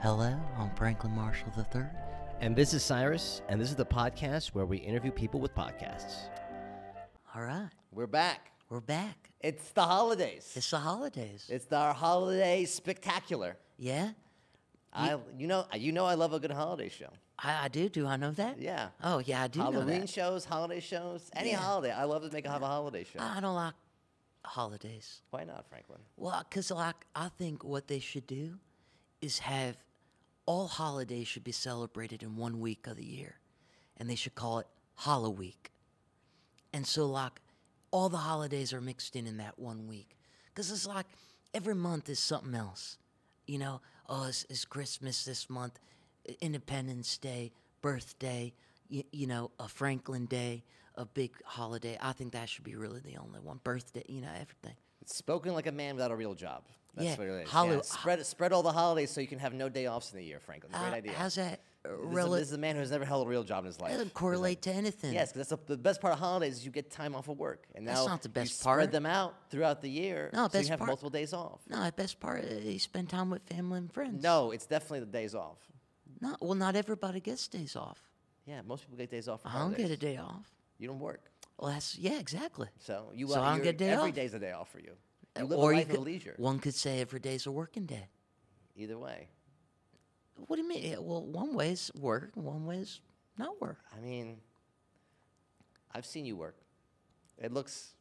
Hello, I'm Franklin Marshall III. And this is Cyrus, and this is the podcast where we interview people with podcasts. All right, We're back. we're back. It's the holidays. It's the holidays. It's the, our holiday spectacular. yeah, I, you know, you know, I love a good holiday show. I, I do. Do I know that? Yeah. Oh yeah, I do know Halloween that. shows, holiday shows, any Yeah. holiday. I love to make a, have a holiday show. I don't like holidays. Why not, Franklin? Well, because like I think what they should do is have all holidays should be celebrated in one week of the year, and they should call it Hollow Week. And so like all the holidays are mixed in in that one week, because it's like every month is something else, you know. Oh, it's, it's Christmas this month, I- Independence Day, birthday, you, you know, a Franklin Day, a big holiday. I think that should be really the only one. Birthday, you know, everything. It's spoken like a man without a real job. That's Yeah, what it is. holo- yeah. Spread, spread all the holidays so you can have no day offs in the year, Franklin. Great Uh, idea. How's that This is, a, this relate? is a man who's never held a real job in his life. Doesn't correlate to anything. Yes, because that's the, the best part of holidays is you get time off of work, and That's now not the you best spread part. them out throughout the year, No, so you best have part- multiple days off. No, the best part is you spend time with family and friends. No, it's definitely the days off. No, well, not everybody gets days off. Yeah, most people get days off. For I don't holidays. get a day off. You don't work, Well, that's yeah, exactly. so you So I don't you're- get a day every off. day's a day off for you. Uh, You live or a you life could, of leisure. One could say every day's a working day. Either way, What do you mean? Yeah, Well, one way's work, and one way's not work. I mean, I've seen you work. It looks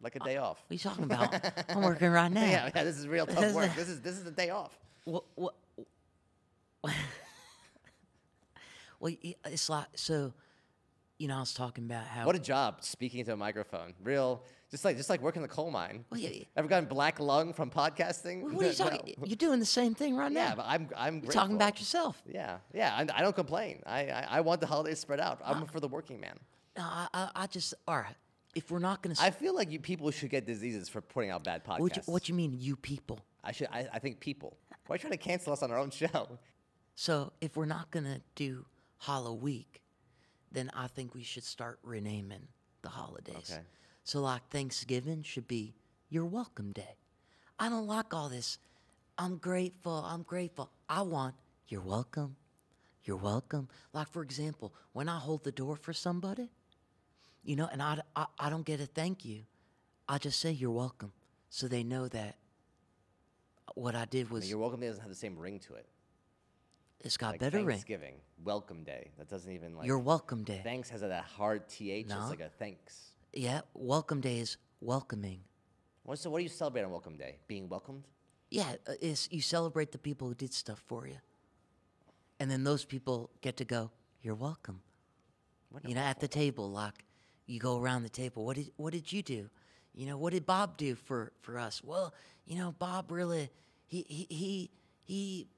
like a day off. What are you talking about? I'm working right now. Yeah, yeah, this is real tough This work. is- This is this is the day off. What? What? well, y- it's like so. You know, I was talking about how What a job speaking to a microphone. Real, just like just like working the coal mine. Well, yeah, yeah. Ever gotten black lung from podcasting? What are you No. talking? You're doing the same thing right now. Yeah, but I'm I'm You're talking grateful. about yourself. Yeah, yeah. I, I don't complain. I, I I want the holidays spread out. I'm Uh, for the working man. No, I, I, I just all right. If we're not going to, I feel like you people should get diseases for putting out bad podcasts. what you, what you mean, you people? I should. I, I think people. Why are you trying to cancel us on our own show? So if we're not going to do Hollow Week, then I think we should start renaming the holidays. Okay. So like Thanksgiving should be your welcome day. I don't like all this. I'm grateful. I'm grateful. I want you're welcome. You're welcome. Like for example, when I hold the door for somebody, you know, and I, I, I don't get a thank you. I just say you're welcome, so they know that what I did was Your welcome day doesn't have the same ring to it. it's got Like better ring. Thanksgiving, welcome day. That doesn't even like. Your welcome day. thanks has that hard th. No. It's like a thanks. yeah, welcome day is welcoming. What, so what do you celebrate on Welcome Day? Being welcomed? Yeah, uh, it's you celebrate the people who did stuff for you, and then those people get to go. You're welcome. You know, at the table, like you go around the table. What did what did you do? You know, what did Bob do for for us? Well, you know, Bob really he he he, he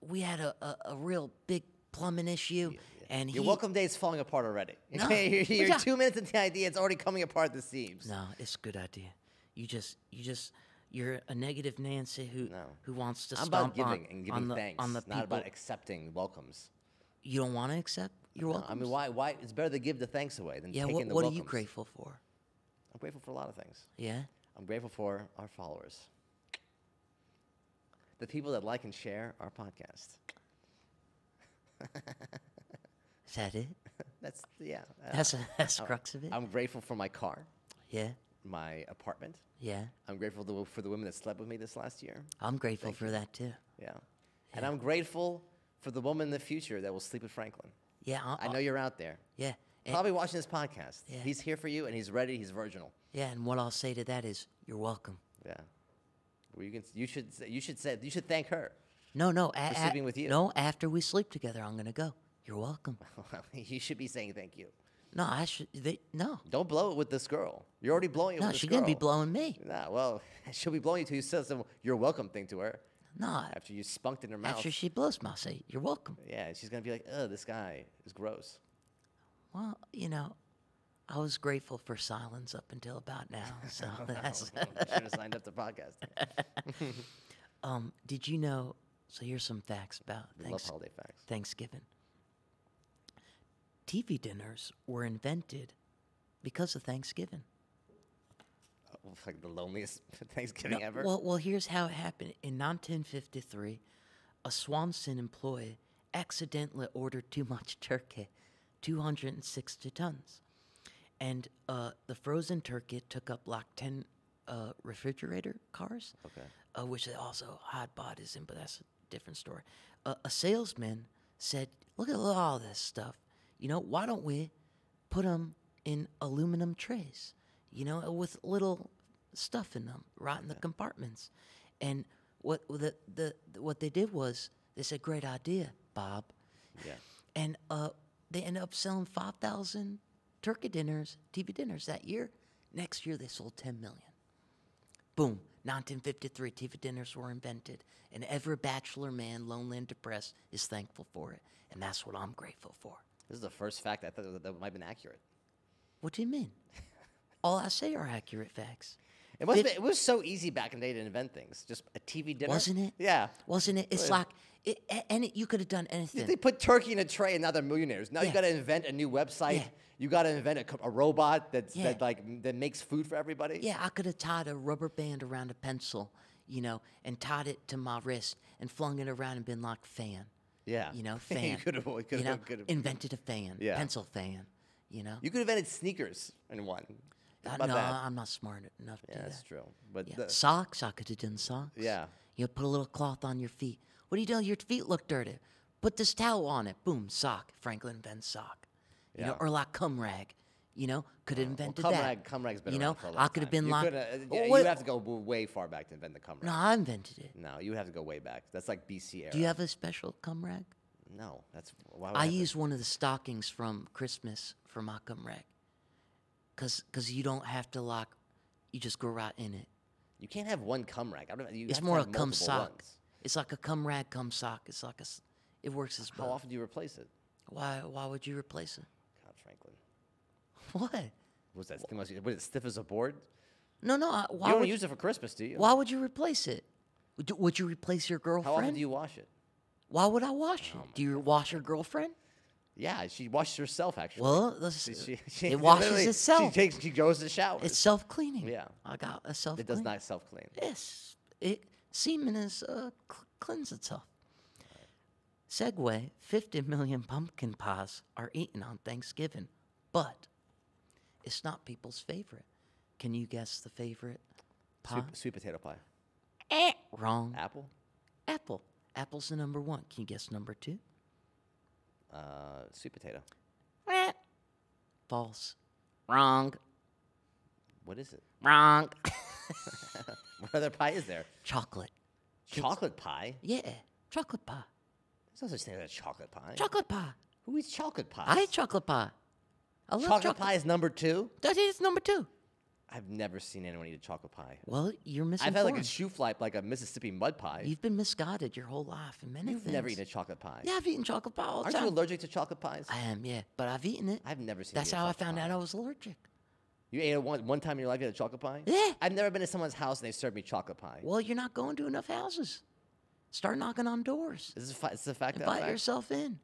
we had a, a, a real big plumbing issue, and Your he, Welcome Day is falling apart already. No. you're you're Yeah. two minutes into the idea, it's already coming apart at the seams. No, it's a good idea. You just you just you're a negative Nancy who No. who wants to I'm stomp about giving on, and on giving the thanks, on the not people about accepting welcomes. you don't want to accept. You're No, welcome. I mean, why? Why? It's better to give the thanks away than yeah. taking What, the what are welcomes. you grateful for? I'm grateful for a lot of things. Yeah. I'm grateful for our followers, the people that like and share our podcast. Is that it? That's yeah. uh, That's that's the crux of it. I'm grateful for my car, yeah. my apartment. Yeah. I'm grateful to, for the women that slept with me this last year. I'm grateful for that too. Yeah. And I'm grateful for the woman in the future that will sleep with Franklin. Yeah. I, I know you're out there. Yeah. And, Probably watching this podcast. Eh. Yeah. He's here for you and he's ready. He's virginal. yeah. And what I'll say to that is, you're welcome. Yeah. Well, you, can, you, should, say- you, should say, you should thank her. No, no. a- a- sleeping with you. No, after we sleep together, I'm gonna go. You're welcome. you should be saying thank you. No, I should. They, no, Don't blow it with this girl. You're already blowing it no. with this She's girl. gonna be blowing me. Nah, well, she'll be blowing you till you say some you're welcome thing to her No, after you spunked in her mouth. After she blows me, I'll say, You're welcome. yeah, she's going to be like, oh, this guy is gross. Well, you know, I was grateful for silence up until about now. So that's. should have signed up to podcast. Um, did you know? So here's some facts about We love thanks, holiday facts. Thanksgiving. TV dinners were invented because of Thanksgiving. Oh, it's like the loneliest Thanksgiving No, ever. Well, well, here's how it happened. In 1953, a Swanson employee accidentally ordered too much turkey, 260 tons. And uh, the frozen turkey took up like 10 uh, refrigerator cars, Okay. uh, which they also hide bodies in, but that's a different story. Uh, a salesman said, Look at all this stuff. You know, why don't we put them in aluminum trays, you know, with little stuff in them, right in the compartments. And what the, the what they did was they said, "Great idea, Bob," Yeah. and uh, they ended up selling five thousand turkey dinners, TV dinners that year. Next year, they sold ten million. Boom. 1953, TV dinners were invented, and every bachelor man, lonely and depressed, is thankful for it. And that's what I'm grateful for. This is the first fact I thought that, that might have been accurate. What do you mean? All I say are accurate facts. It must. Have been, it was so easy back in the day to invent things. Just a TV dinner, Wasn't it? Yeah. Wasn't it? It's Right. like, it, a- and it, you could have done Did anything. They put turkey in a tray, and now they're millionaires. Now you Yeah. got to invent a new website. Yeah. You got to invent a, co- a robot that's, Yeah. that like m- that makes food for everybody. Yeah, I could have tied a rubber band around a pencil, you know, and tied it to my wrist and flung it around and been like fan. Yeah. You know, You fan. could've- you could've- you know, could've- invented a fan. Yeah. Pencil fan. You know. You could have invented sneakers in one. Think Uh, about no, that. I'm not smart enough to yeah, do that's that. true. But Yeah. the- socks, I could have done socks. Yeah. You know, put a little cloth on your feet. What are you doing? Your feet look dirty. Put this towel on it. Boom, sock. Franklin invents sock. You know, Yeah. Oh, or like cum rag. You know, could have invented cum that. rag, cum rag's been You around know, for a long I could have time. been you like, coulda- uh, "Oh, yeah, what- you have to go w- way far back to invent the cum no, rag. I invented it. No, you would have to go way back. That's like BC era. Do you have a special cum rag? no, that's why would I have it? use one of the stockings from Christmas for my cum rag. Cause, 'cause you don't have to like, you just go right in it. You can't have one cum rag. I don't. You It's have to more a have cum multiple sock. ones. It's like a cum rag, cum sock. It's like a, s- it works as How well. often do you replace it? Why, why would you replace it? God, Franklin, What? was that? Thing was, was it stiff as a board? No, no. I, you why don't would use it for Christmas, do you? Why would you replace it? Would you- Would you replace your How often girlfriend? do you Oh wash it? Why would I wash it? do you wash your girlfriend? Yeah, she washes herself actually. Well, let's, She- she- she it washes literally- itself. She takes. She goes to shower. it's self cleaning. Yeah. I got a self. it does not self clean. Yes, it semen is uh, cl- cleanse itself. Segway: Fifty million pumpkin pies are eaten on Thanksgiving, but it's not people's favorite. Can you guess the favorite pie? Sweet, sweet potato pie. Eh. Wrong. Apple. Apple. Apple's the number one. Can you guess number two? Uh, sweet potato. Eh. False. Wrong. What is it? Wrong. What other pie is there? chocolate. Chocolate pie. Yeah. Chocolate pie. There's no such thing as a chocolate pie. Chocolate pie. Who eats chocolate pie? I hate chocolate pie. I love chocolate, chocolate, pie is number two. That is number two. I've never seen anyone eat a chocolate pie. Well, you're missing. I've had like a shoe fly, like a Mississippi mud pie. You've been misguided your whole life in many You've things. never eaten a chocolate pie. Yeah, I've eaten chocolate pie all the Aren't you time. allergic to chocolate pies? I am, yeah, but I've eaten it. I've never seen. That's you eat how a I chocolate found pie. out I was allergic. You ate it one, one time in your life. You had a chocolate pie. Yeah. I've never been to someone's house and they served me chocolate pie. Well, you're not going to enough houses. Start knocking on doors. Is this a, fa- is this a fact that Invite fact? yourself in.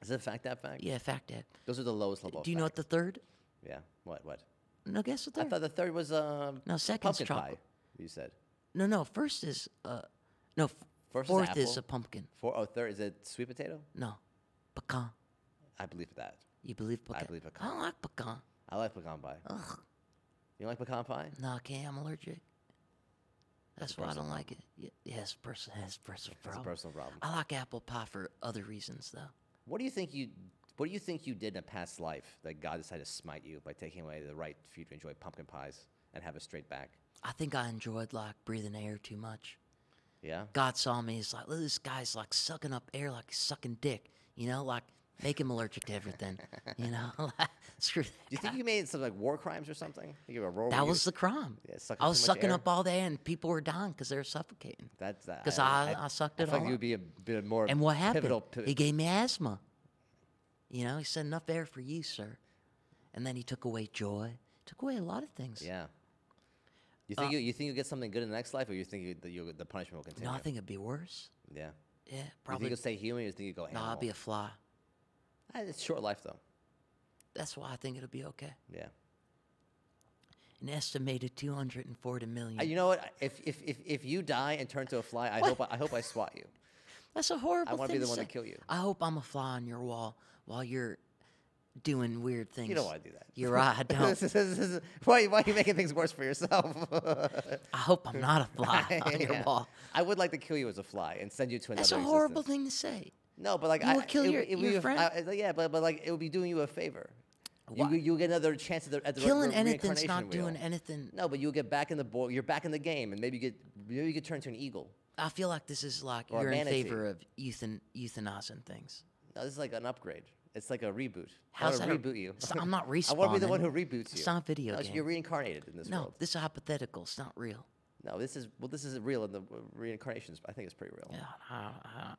Is it a fact that fact? Yeah, fact that. Those are the lowest level. Do you know what the third? the? Yeah. What? What? No, guess the I third. thought the third was um. No, second's pumpkin chocolate. pie. You said. No, no. First is uh, no. f- First is fourth is apple. a pumpkin. Four, oh, third is it sweet potato? No, pecan. I believe that. You believe pecan? believe I pecan. don't like pecan. I like pecan pie. Ugh. You don't like pecan pie? No, I can't. I'm allergic. That's why I personal don't like it. Y- Yes, person has personal It's a problem. personal problem. I like apple pie for other reasons though. What do you think you? What do you think you did in a past life that God decided to smite you by taking away the right for you to enjoy pumpkin pies and have a straight back? I think I enjoyed like breathing air too much. Yeah. God saw me. He's like, "Look, this guy's like sucking up air like he's sucking dick. You know, like make him allergic to everything. You know, like, screw that. Do you think you made some like war crimes or something? You were a war- Uh, That you- was the crime. Yeah, sucking I was too much sucking air. up all the air, and people were dying because they were suffocating. That's 'Cause I- I sucked it I feel like all you up. would be a bit more. And what happened? pivotal pi- he gave me asthma. You know, he said enough air for you, sir. And then he took away joy, took away a lot of things. yeah. You Uh, think you, you think you'll get something good in the next life, or you think you, that you, the punishment will no, continue? I think it'd be worse. Yeah. Yeah, You think probably. you'll stay human, or you think you go No, animal? I'd be a fly. Ah, it's short life though. That's why I think it'll be okay. Yeah. Uh, An estimated 240 million. Uh, You know what? If if if, if you die and turn to a fly, I hope I, I hope I swat you. That's a horrible. wanna thing be the one say. to kill you. I hope I'm a fly on your wall while you're doing weird things. You don't want to do that. You're right. I This don't. is- this is- why, why are you making things worse for yourself? I hope I'm not a fly on your Yeah. wall. I would like to kill you as a fly and send you to another. That's a existence. horrible thing to say. No, but like You I will kill it, your- it would your be a- friend. I- it's like, yeah, but but like it would be doing you a favor. You, Why? you you get another chance at the, at the re- Killing re- anything's not reincarnation wheel. doing anything. No, but you get back in the bo- You're back in the game, and maybe you get maybe you get turned to an eagle. I feel like this is like Or you're in vanity. favor of euthan- euthanizing things. No, this is like an upgrade. It's like a reboot. How's I that? a- want to reboot you. It's not- I'm not I respawning. want to be the one who reboots you. It's not a video no, it's- game. You're reincarnated in this no, world. this is hypothetical. It's not real. No, this is well, this is real, and the uh, reincarnations. I think it's pretty real. Yeah, I, I,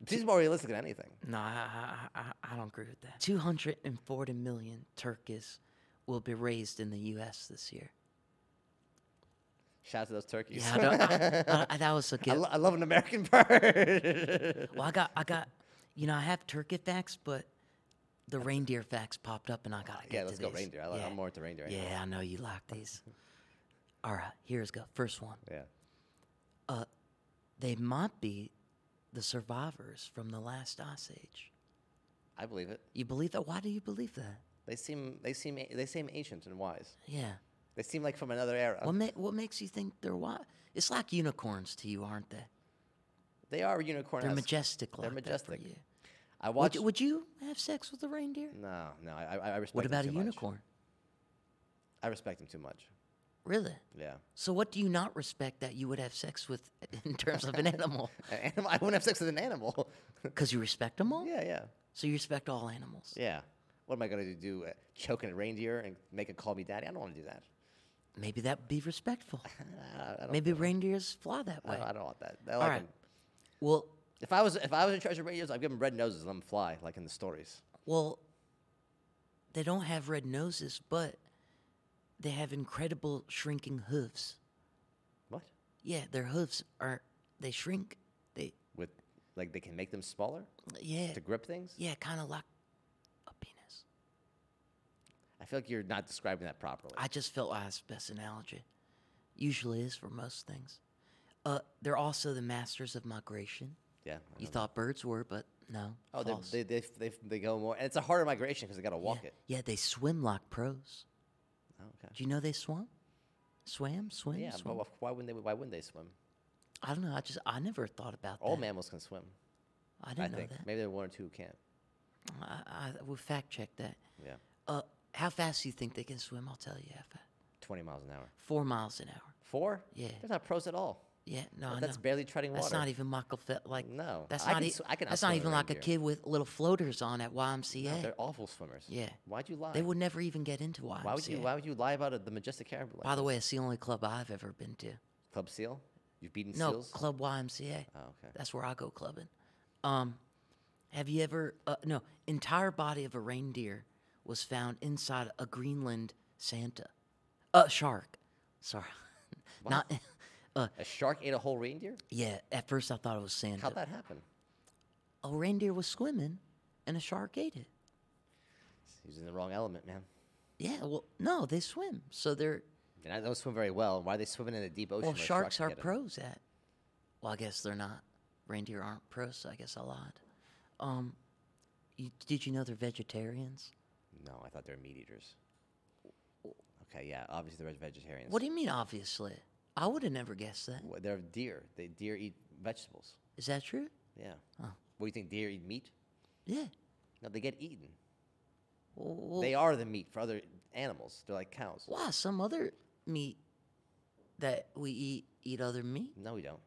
This is more realistic than anything. no, I, I, I- I don't agree with that. 240 million Turkish will be raised in the U.S. this year. Shout out to those turkeys. Yeah, I don't, I, I- that was a I, good. lo- I love an American bird. Well, I got, I got, you know, I have turkey facts, but the reindeer facts popped up, and I gotta get yeah, to let's go these. reindeer. I like, yeah. I'm more into reindeer. anyway. Yeah, I know you like these. All right, here's go. First one. Yeah. They might be the survivors from the last ice age. I believe it. You believe that? Why do you believe that? They seem they seem a- they seem ancient and wise. Yeah. They seem like from another era. What ma- what makes you think they're why? It's like unicorns to you, aren't they? they are unicorn. They're majestic. They're like that for majestic. you. I Would, watched. you- would you have sex with a reindeer? no, no. I, I I respect. What them about a too much. unicorn? I respect them too much. Really? Yeah. So what do you not respect that you would have sex with in terms of an animal? An animal. I wouldn't have sex with an animal. Because you respect them all. yeah, yeah, So you respect all animals. yeah. What am I gonna do? Uh, choking a reindeer and make it call me daddy? I don't want to do that. Maybe that would be respectful. I, I don't. Maybe reindeers fly that I way. don't, I don't want that. I like all right. 'em. Well, If I was if I was in charge of reindeers, I'd give them red noses and let them fly like in the stories. Well, they don't have red noses, but they have incredible shrinking hooves. What? Yeah, their hooves are they shrink. They With like they can make them smaller yeah to grip things. yeah kind of like a penis. I feel like you're not describing that properly. I just felt like that's the best analogy. Usually is for most things. Uh, they're also the masters of migration. yeah. I You know. thought birds were, but no. Uh-huh. Oh, they, false. they, they, f- they, f- they go more. And it's a harder migration because they got to walk yeah. it. Yeah, they swim like pros. Oh, okay. Do you know they swam? Swam, swim, Yeah, but swam. wh- why wouldn't they? Why wouldn't they swim? I don't know. I just I never thought about All that. mammals can swim. I I, didn't know think that. maybe there are one or two who can't. I, I will fact check that. Yeah, Uh, how fast do you think they can swim? I'll tell you. How fast. twenty miles an hour. Four miles an hour. Four? Yeah. They're not pros at all. Yeah, no, I that's e know. barely treading water. That's not even Michael Phelps. Like No, that's I not. can e- sw- I can that's not outswim a even like a reindeer. kid with little floaters on at YMCA. They're awful swimmers. Yeah. Why'd you lie? they would never even get into YMCA. why would you? Why would you lie about a, the majestic caribou? By the way, it's the only club I've ever been to. Club seal? You've beaten No, seals? Club YMCA. oh, okay. That's where I go clubbing. Um, have you ever? Uh, no, entire body of a reindeer was found inside a Greenland Santa, uh, shark. Sorry, not. Uh, A shark ate a whole reindeer? yeah, at first I thought it was Santa. How'd that happen? A reindeer was swimming, and a shark ate it. He's in the wrong element, man. Yeah, well, no, they swim, so they're And I don't swim very well. Why are they swimming in the deep ocean? well. where Sharks can are get 'em? pros at. Well, I guess they're not. Reindeer aren't pros, so I guess I lied. Um, you, did you know they're vegetarians? No, I thought they were meat eaters. Okay, yeah, obviously they're vegetarians. What do you mean, obviously? I would have never guessed that. Wha- They're deer. They deer eat vegetables. Is that true? Yeah. What do you think? Deer eat meat? Yeah. No, they get eaten. Well, they are the meat for other animals. They're like cows. why? Some other meat that we eat eat other meat? No, we don't.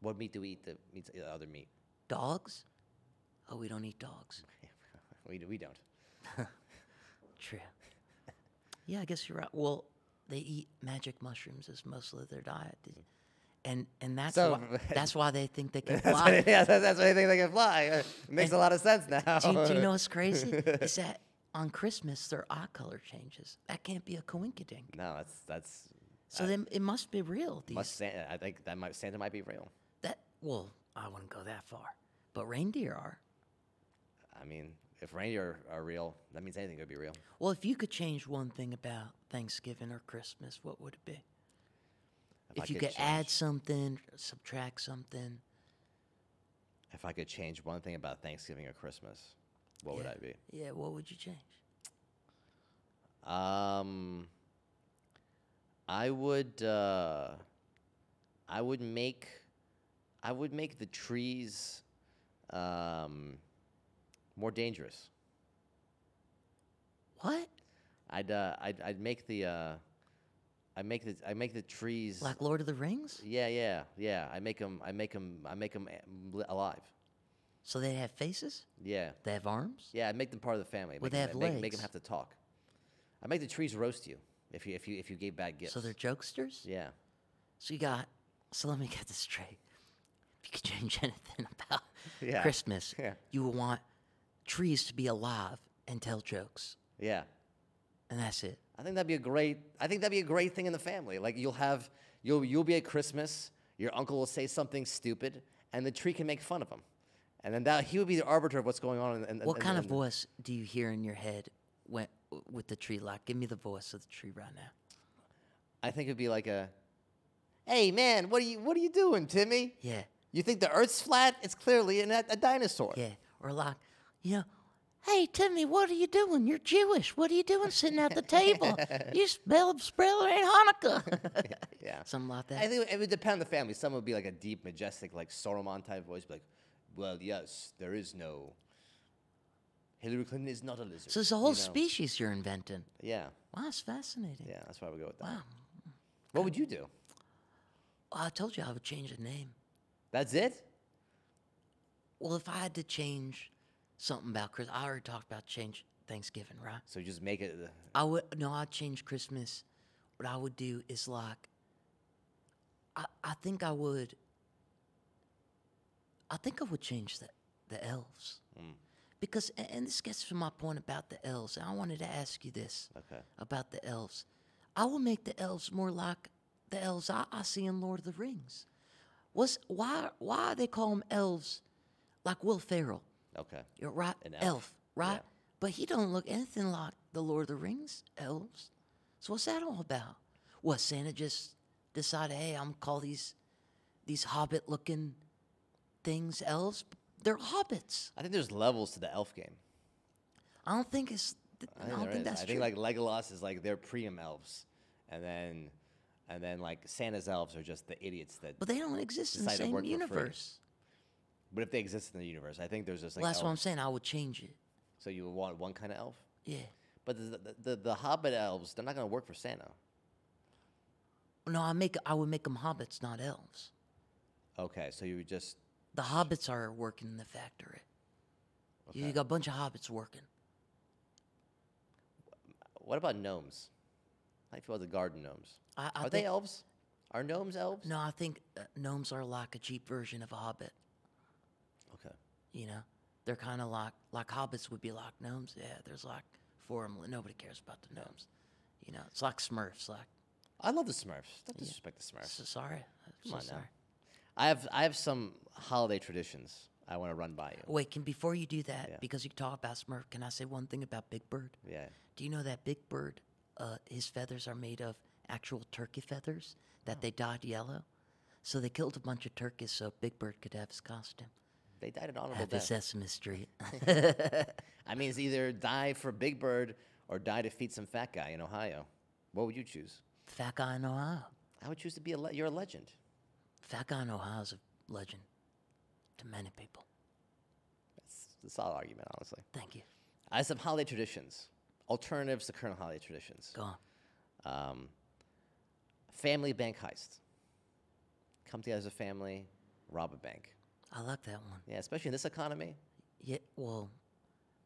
What meat do we eat that eats the other meat? Dogs? Oh, we don't eat dogs. we, we don't. True. yeah, I guess you're right. Well, they eat magic mushrooms as most of their diet, Did- and and that's So- why, that's why they think they can That's why, fly. they- yeah, that's, that's why they think they can fly. Uh, It makes a lot of sense now. do, you, do you know what's crazy? Is that on Christmas their eye color changes? That can't be a coincidence. No, that's that's. So then it must be real. These Must Santa, I think that might Santa might be real. That well, I wouldn't go that far, but reindeer are. I mean, if reindeer are real, that means anything could be real. Well, if you could change one thing about Thanksgiving or Christmas, what would it be? I If, you could could add change- something, subtract something, If I could change one thing about Thanksgiving or Christmas, what would Yeah. I be? Yeah, what would you change? Um, I would, uh, I would make, I would make the trees, um, more dangerous. What? I'd, uh, I'd, I'd make the, uh, I make the, I make the trees. Like Lord of the Rings? Yeah, yeah, yeah. I make them, I make them, I make them alive. So they have faces? Yeah, They have arms? yeah. I make them part of the family. Well, make they 'em- have make, Make legs. them have to talk. I make the trees roast you if you if you if you gave bad gifts. So they're jokesters? yeah. So you got. So let me get this straight. If you could change anything about Yeah. Christmas, Yeah. you would want trees to be alive and tell jokes, Yeah. and that's it. I think that'd be a great. I think that'd be a great thing in the family. Like you'll have, you'll you'll be at Christmas. Your uncle will say something stupid, and the tree can make fun of him, and then that he would be the arbiter of what's going on. In, in, What in- kind of in- voice do you hear in your head when, with the tree? Like, give me the voice of the tree right now. I think it'd be like a, "Hey man, what are you what are you doing, Timmy? Yeah, You think the Earth's flat? It's clearly an, a dinosaur." yeah. Or like, you know, Uh, hey Timmy, what are you doing? You're Jewish. What are you doing sitting at the table? you smell spreading Hanukkah. Yeah. Something like that. I think it would depend on the family. Some would be like a deep, majestic, like Saruman type voice, be like, "Well, yes, there is no Hillary Clinton is not a lizard." so it's a you whole know? species you're inventing. Yeah, Wow, it's fascinating. yeah, that's why we go with that. What would you do? Well, I told you I would change the name. That's it? Well, if I had to change something about Christmas, I already talked about change Thanksgiving, right? So you just make it. the- I would no, I'd change Christmas. What I would do is like, I I think I would. I think I would change the the elves, because a- and this gets to my point about the elves. and I wanted to ask you this Okay. about the elves. I will make the elves more like the elves I, I see in Lord of the Rings. What's why why they call them elves? Like Will Ferrell, Okay. you know, right? An elf. elf, right? yeah. But he don't look anything like the Lord of the Rings elves. So what's that all about? What Santa just decided? Hey, I'm gonna call these these hobbit looking things elves. They're hobbits. I think there's levels to the elf game. I don't think it's. th- I, don't there think is. that's I true. think like Legolas is like their Priam elves, and then, and then like Santa's elves are just the idiots that. but they don't exist in the decide to same work for free. universe. But if they exist in the universe, I think there's just like. Well, that's what I'm elves. saying. I would change it. So you would want one kind of elf, Yeah. but the the, the, the Hobbit elves they're not gonna work for Santa. No, I make I would make them hobbits, not elves. Okay, so you would just The hobbits are working in the factory. You- You Okay. got a bunch of hobbits working. what about gnomes? How do you feel about the garden gnomes? I, I are think, they elves? Are gnomes elves? No, I think uh, gnomes are like a cheap version of a hobbit. Okay. You know, they're kind of like like hobbits would be like gnomes. Yeah, there's like four of 'em. Nobody cares about the gnomes. You know, it's like Smurfs. Like, I love the Smurfs. Don't disrespect the Smurfs. so sorry. I'm so Come on now. sorry. I have I have some holiday traditions I want to run by you. Wait, can before you do that, Yeah. because you talk about Smurf, can I say one thing about Big Bird? Yeah. Do you know that Big Bird, uh, his feathers are made of actual turkey feathers that they dyed yellow? So they killed a bunch of turkeys so Big Bird could have his costume. They died an honorable Have his death. Sesame Street. I mean, it's either die for Big Bird or die to feed some fat guy in Ohio. What would you choose? Fat guy in Ohio. I would choose to be a le- you're a legend. Fat guy in Ohio is a legend to many people. That's a solid argument, honestly. Thank you. I have some holiday traditions, alternatives to current holiday traditions. Go on. um, family bank heist. Come together as a family, rob a bank. I like that one. Yeah, especially in this economy. Yeah, well,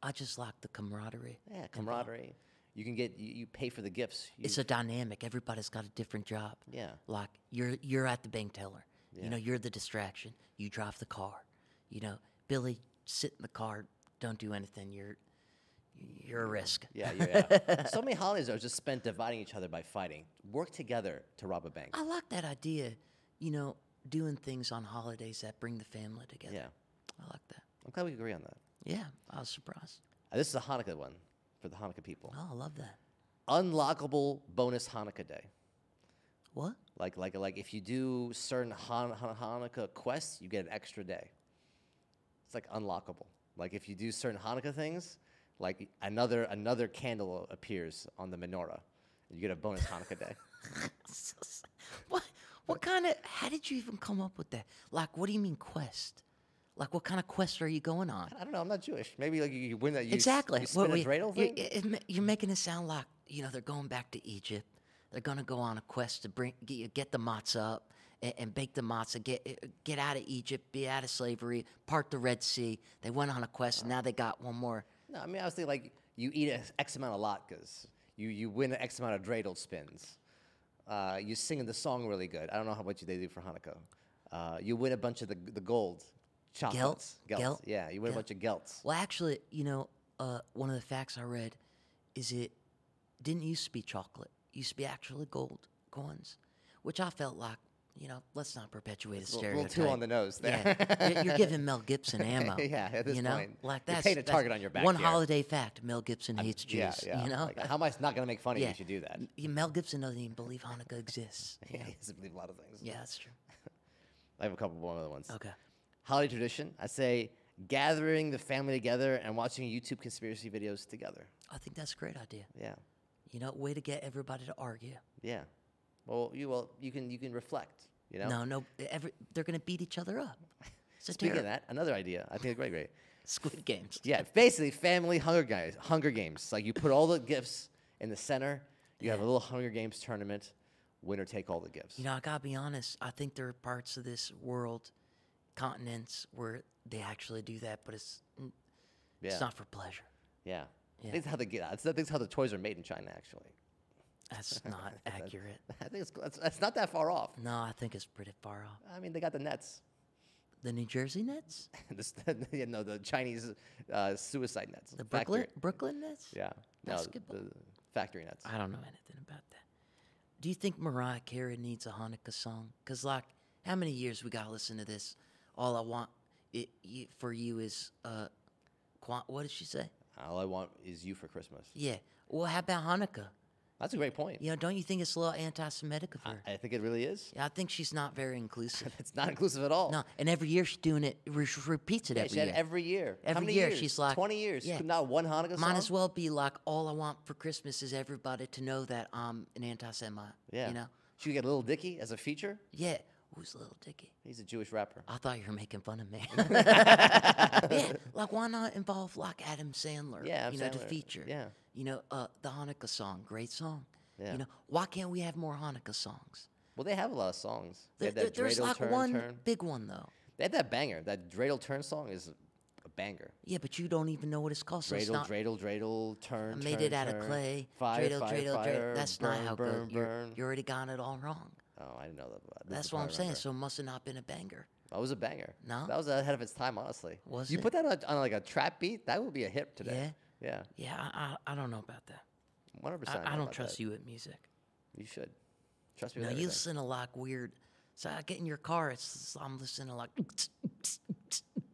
I just like the camaraderie. Yeah, involved. camaraderie. You can get you, you pay for the gifts. You, Mm-hmm. It's a dynamic. Everybody's got a different job. yeah, like you're you're at the bank teller Yeah. you know you're the distraction you drive the car you know billy sit in the car don't do anything you're you're a risk yeah, yeah. yeah. so many holidays are just spent dividing each other by fighting. Work together to rob a bank. i like that idea you know doing things on holidays that bring the family together Yeah, i like that I'm glad we agree on that. yeah i was surprised Uh, this is a Hanukkah one for the Hanukkah people. oh i love that Unlockable bonus Hanukkah day. what Like like like if you do certain Han- Han- Hanukkah quests, you get an extra day. it's like unlockable. Like if you do certain Hanukkah things, like another another candle appears on the menorah. You get a bonus Hanukkah day. what what kind of how did you even come up with that? Like what do you mean quest? Like what kind of quest are you going on? I don't know. I'm not Jewish. Maybe like you, you win that. You, s- exactly. You spin What a we- dreidel you- thing. it- it ma- you're making it sound like you know they're going back to Egypt. They're going to go on a quest to bring get, get the matzah up and, and bake the matzah. Get uh, get out of Egypt. Be out of slavery. Part the Red Sea. They went on a quest. and now they got one more. No, I mean I was thinking like you eat a X amount of latkes. You you win an X amount of dreidel spins. Uh, you singing the song really good. I don't know how much they do for Hanukkah. Uh, you win a bunch of the the gold chocolates. Gelt? Gelt? Yeah, you win a Gelt? bunch of gelts. Well, actually, you know, uh, one of the facts I read is it didn't used to be chocolate. It used to be actually gold coins, which I felt like, you know, let's not perpetuate a A stereotype. little little too on the nose there. Yeah, you're, you're giving Mel Gibson ammo. Yeah, at this you know? point, like you're that's painting a that's target on your back One here. holiday fact: Mel Gibson hates Jews. yeah, yeah. You know, Like, how am I not gonna make fun of you Yeah. if you do that? Y- Mel Gibson doesn't even believe Hanukkah exists. Yeah, he doesn't believe a lot of things. Yeah, that's true. I have a couple more other ones. Okay. Holiday tradition. I say gathering the family together and watching YouTube conspiracy videos together. I think that's a great idea. Yeah. You know, way to get everybody to argue. Yeah. Well, you well you can you can reflect. You know. No, no, every, they're going to beat each other up. It's a Speaking of terrible- that, another idea. I think it's great, great. Squid Games. Yeah, basically family Hunger Guys, Hunger Games. Like you put all the gifts in the center. You have a little Hunger Games tournament. Winner take all the gifts. You know, I gotta be honest. I think there are parts of this world, continents, where they actually do that, but it's n Yeah. it's not for pleasure. yeah. Yeah. I think that's how they get. That's, I think that's how the toys are made in China. Actually, That's not accurate. I think it's that's, that's not that far off. No, I think it's pretty far off. I mean, they got the nets. The New Jersey Nets, This- you know, the Chinese uh, suicide nets. the factory- Brooklyn Brooklyn Nets. Yeah. No, Basketball? the factory nets. I don't know anything about that. Do you think Mariah Carey needs a Hanukkah song? Cause like, how many years we gotta listen to this? All I want it, y for you is uh, quan- what did she say? All I want is you for Christmas. Yeah. Well, how about Hanukkah? That's a great point. You know, don't you think it's a little anti-Semitic of her? I think it really is. Yeah, I think she's not very inclusive. It's not inclusive at all. no, and every year she's doing it. re- She repeats it Yeah, every she had year. every year. How Every many year years? she's like- twenty years. yeah. Not one Hanukkah Might song. as well be like, all I want for Christmas is everybody to know that I'm an anti-Semite. Yeah. you know. She could get Little Dicky as a feature. Yeah, who's little Dicky? He's a Jewish rapper. I thought you were making fun of me. yeah, like why not involve like Adam Sandler? Yeah, Adam you know, to Sandler, feature. yeah. you know, uh, the Hanukkah song, great song. Yeah. you know, why can't we have more Hanukkah songs? Well, they have a lot of songs. They There- have that there- there's dreidel like turn, one turn. big one though. They have that banger. That dreidel turn song is a banger. Yeah, but you don't even know what it's called, so it's Dreidel, not dreidel, dreidel, turn. I made turn, it out turn. of clay. Fire, dreidel, fire, dreidel, dreidel. fire, That's burn, not how burn, good. You're, burn. you already got it all wrong. Oh, I didn't know that. This is That's the what I'm part I saying. remember. So it must have not been a banger. That was a banger. No? that was ahead of its time, honestly. Was you it? put that on, on like a trap beat? That would be a hit today. Yeah, yeah, Yeah, I, I, I don't know about that. one hundred percent. I, I don't trust you with music. You should trust me. No, with you everything. listen to like weird. So I get in your car. It's I'm listening to like.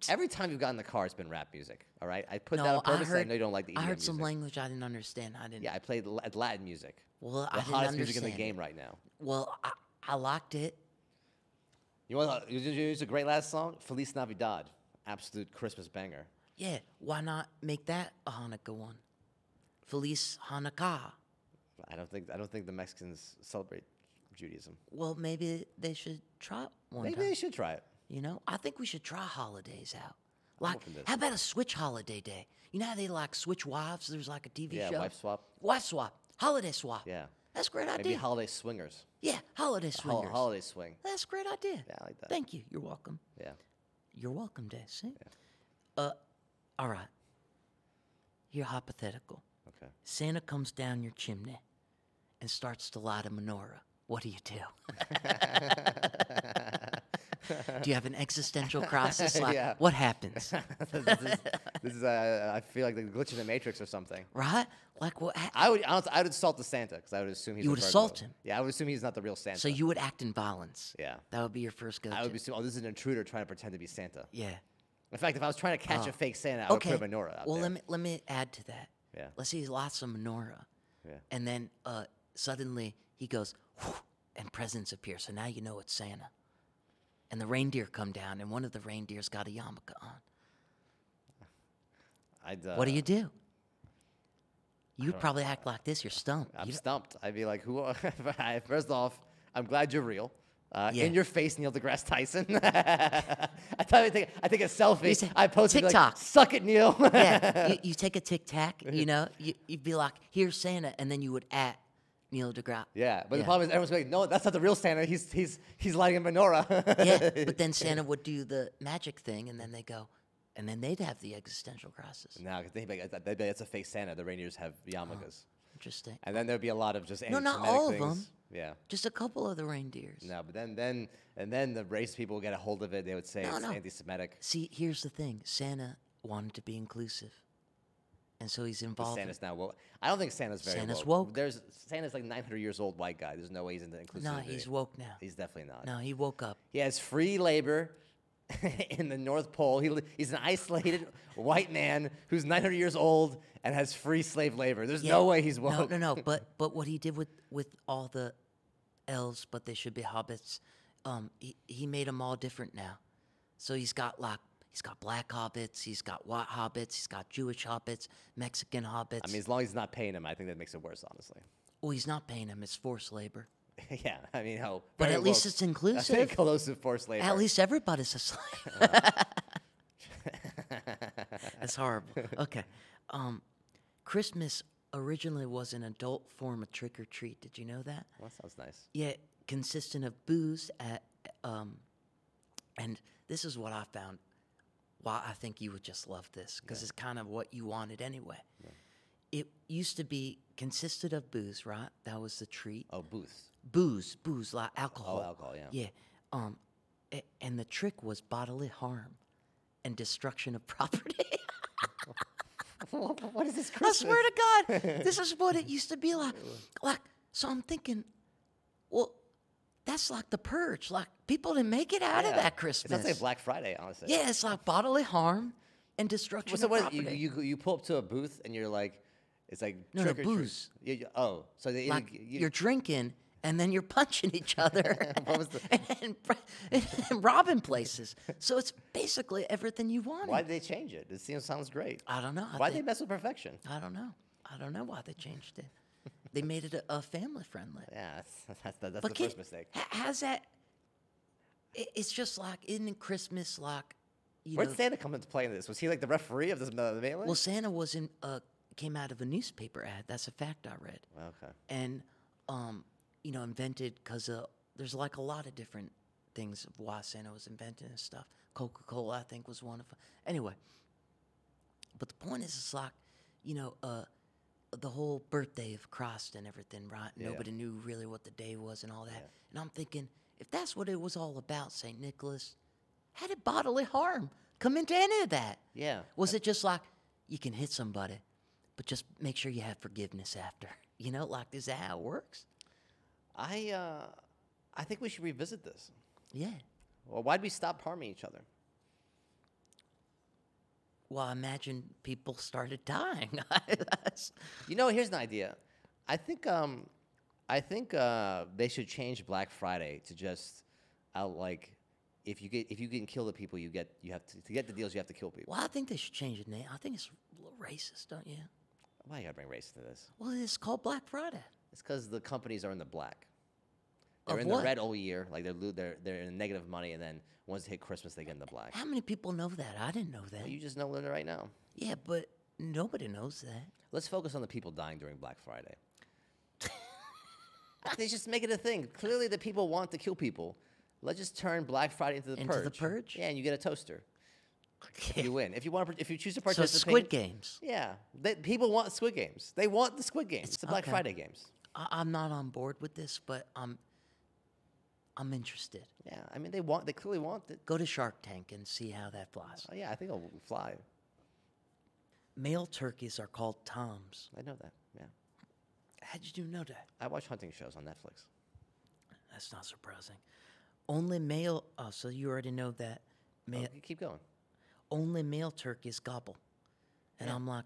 Every time you've gotten in the car, it's been rap music. All right, I put that on No, I purpose. I, heard. know you don't like the EDM I heard some music. language I didn't understand. I didn't. Yeah, I played La- Latin music. Well, The I didn't hottest understand. music in the it. game right now. Well, I, I liked it. You want to use a great last song? Feliz Navidad, absolute Christmas banger. Yeah. Why not make that a Hanukkah one? Feliz Hanukkah. I don't think I don't think the Mexicans celebrate Judaism. Well, maybe they should try it one Maybe time. they should try it. You know, I think we should try holidays out. Like, open to how about a switch holiday day? You know how they like switch wives? There's like a TV Yeah, show. wife swap. Wife swap. Holiday swap. Yeah. That's a great Maybe idea. holiday swingers. yeah, holiday Hol- swingers. holiday swing. That's a great idea. Yeah, I like that. Thank you. You're welcome. Yeah. You're welcome, Day. See? Uh, all right. You're hypothetical. Okay. Santa comes down your chimney and starts to light a menorah. What do you do? do you have an existential crisis? Like, Yeah. what happens? this is, this is uh, I feel like the glitch in the Matrix or something. Right? Like, what? Ha- I would honestly, I would assault the Santa because I would assume he's You a would Virgo. assault him? Yeah, I would assume he's not the real Santa. so you would act in violence. yeah, That would be your first go-to. I would assume oh this is an intruder trying to pretend to be Santa. yeah. In fact, if I was trying to catch a fake Santa, I would Oh. Okay. put a menorah out well, there. let me let me add to that. Yeah. Let's see, lots of menorah, Yeah. and then uh, suddenly he goes, "Whew," and presents appear. So now you know it's Santa. And the reindeer come down, and one of the reindeer's got a yarmulke on. I'd, what do uh, you do? You'd probably act like this. You're stumped. I'm You don't- stumped. I'd be like, who? are- First off, I'm glad you're real. Uh, Yeah. In your face, Neil deGrasse Tyson. I thought I take, I take a selfie. say, I post it, be "TikTok." Like, Suck it, Neil. yeah, you, you take a tic tac. You know, you, you'd be like, "Here's Santa," and then you would at Neil deGrasse. yeah. But the Yeah. problem is, everyone's like, no, that's not the real Santa. He's he's he's lighting a menorah. yeah, but then Santa would do the magic thing, and then they go, and then they'd have the existential crisis. no, because they'd be like, "That- that'd be like, that's a fake Santa. The reindeers have yarmulkes. Interesting. And then there'd be a lot of just No, not anti-Semitic all of things. them. Yeah. Just a couple of the reindeers. No, but then then and then the race people would get a hold of it. They would say No, it's no. anti-Semitic. See, here's the thing: Santa wanted to be inclusive, and so he's But involved. in- Santa's now woke. I don't think Santa's very Santa's woke. woke. There's Santa's like 900 years old white guy. There's no way he's in the inclusivity. no, he's woke now. He's definitely not. No, he woke up. He has free labor in the North Pole. He, li- he's an isolated white man who's 900 years old and has free slave labor. There's Yeah, no way he's woke. No, no, no. But but what he did with with all the elves, but they should be hobbits. Um, he he made them all different now. So he's got like he's got black hobbits, he's got white hobbits, he's got Jewish hobbits, Mexican hobbits. I mean, as long as he's not paying him, I think that makes it worse, honestly. well, he's not paying them; it's forced labor. yeah, I mean, how. But very at least woke. it's inclusive. I think inclusive forced labor. At least everybody's a slave. That's horrible. Okay. Um, Christmas originally was an adult form of trick or treat. Did you know that? Well, that sounds nice. Yeah, consisting of booze. At, um, and this is what I found. Why I think you would just love this because it's kind of what you wanted anyway. It used to be consisted of booze, right? That was the treat Oh, booths. Oh, booze, booze, like alcohol. alcohol, yeah. Yeah. Um, a- and the trick was bodily harm and destruction of property. what is this I Christmas? swear to God, this is what it used to be like. Like, so I'm thinking, well, that's like the purge. Like, people didn't make it out of Yeah. that Christmas. It sounds like Black Friday, honestly. yeah, it's like bodily harm and destruction Well, so of what? You, property. you you pull up to a booth and you're like, it's like No, no, trick or treat. booze. You, you- oh, so they, like, you, you're drinking. And then you're punching each other What was the- and, and, and robbing places. So it's basically everything you wanted. why did they change it? It seems sounds great. I don't know. I Why did they think- mess with perfection? I don't know. I don't know why they changed it. they made it a, a family friendly. Yeah, that's that's, the- that's But the can- first mistake. ha- how's that? i- it's just like isn't Christmas like you Where know? did Santa come into play in this? Was he like the referee of this ma- melee? well, Santa was in uh, came out of a newspaper ad. That's a fact I read, okay. and um, you know, invented because uh, there's like a lot of different things of why Santa was invented and stuff. Coca Cola, I think, was one of. 'em. Anyway, But the point is, it's like, you know, uh, the whole birthday of Christ and everything, right? Yeah. Nobody knew really what the day was and all that. Yeah. And I'm thinking, if that's what it was all about, St. Nicholas, how did bodily harm come into any of that? Yeah. Was it just like, you can hit somebody, but just make sure you have forgiveness after? You know, like, is that how it works? I uh, I think we should revisit this. Yeah. Well, why'd we stop harming each other? Well, I imagine people started dying. That's- You know, here's an idea. I think um, I think uh, they should change Black Friday to just out like if you get if you can kill the people you get you have to to get the deals you have to kill people. well, I think they should change the name. I think it's a little racist, don't you? Why you gotta bring race to this? Well, it's called Black Friday. It's because the companies are in the black. They're Of in what? the red all year, like they're lo- they're they're in negative money, and then once they hit Christmas, they get in the black. How many people know that? I didn't know that. You just know Linda right now. Yeah, but nobody knows that. Let's focus on the people dying during Black Friday. they just make it a thing. Clearly, the people want to kill people. Let's just turn Black Friday into the Into purge. the purge? Yeah, and you get a toaster. You win if you want. If you choose to so participate. it's Squid Games. Yeah, they, people want Squid Games. They want the Squid Games. It's the Black okay. Friday games. I, I'm not on board with this, but I'm I'm interested. Yeah, I mean they want. They clearly want it. Go to Shark Tank and see how that flies. Oh, yeah, I think I'll fly. Male turkeys are called toms. I know that. Yeah, How did you know that? I watch hunting shows on Netflix. That's not surprising. Only male. Oh, so you already know that. Oh, Male, you keep going. Only male turkeys gobble, and Yeah. I'm like,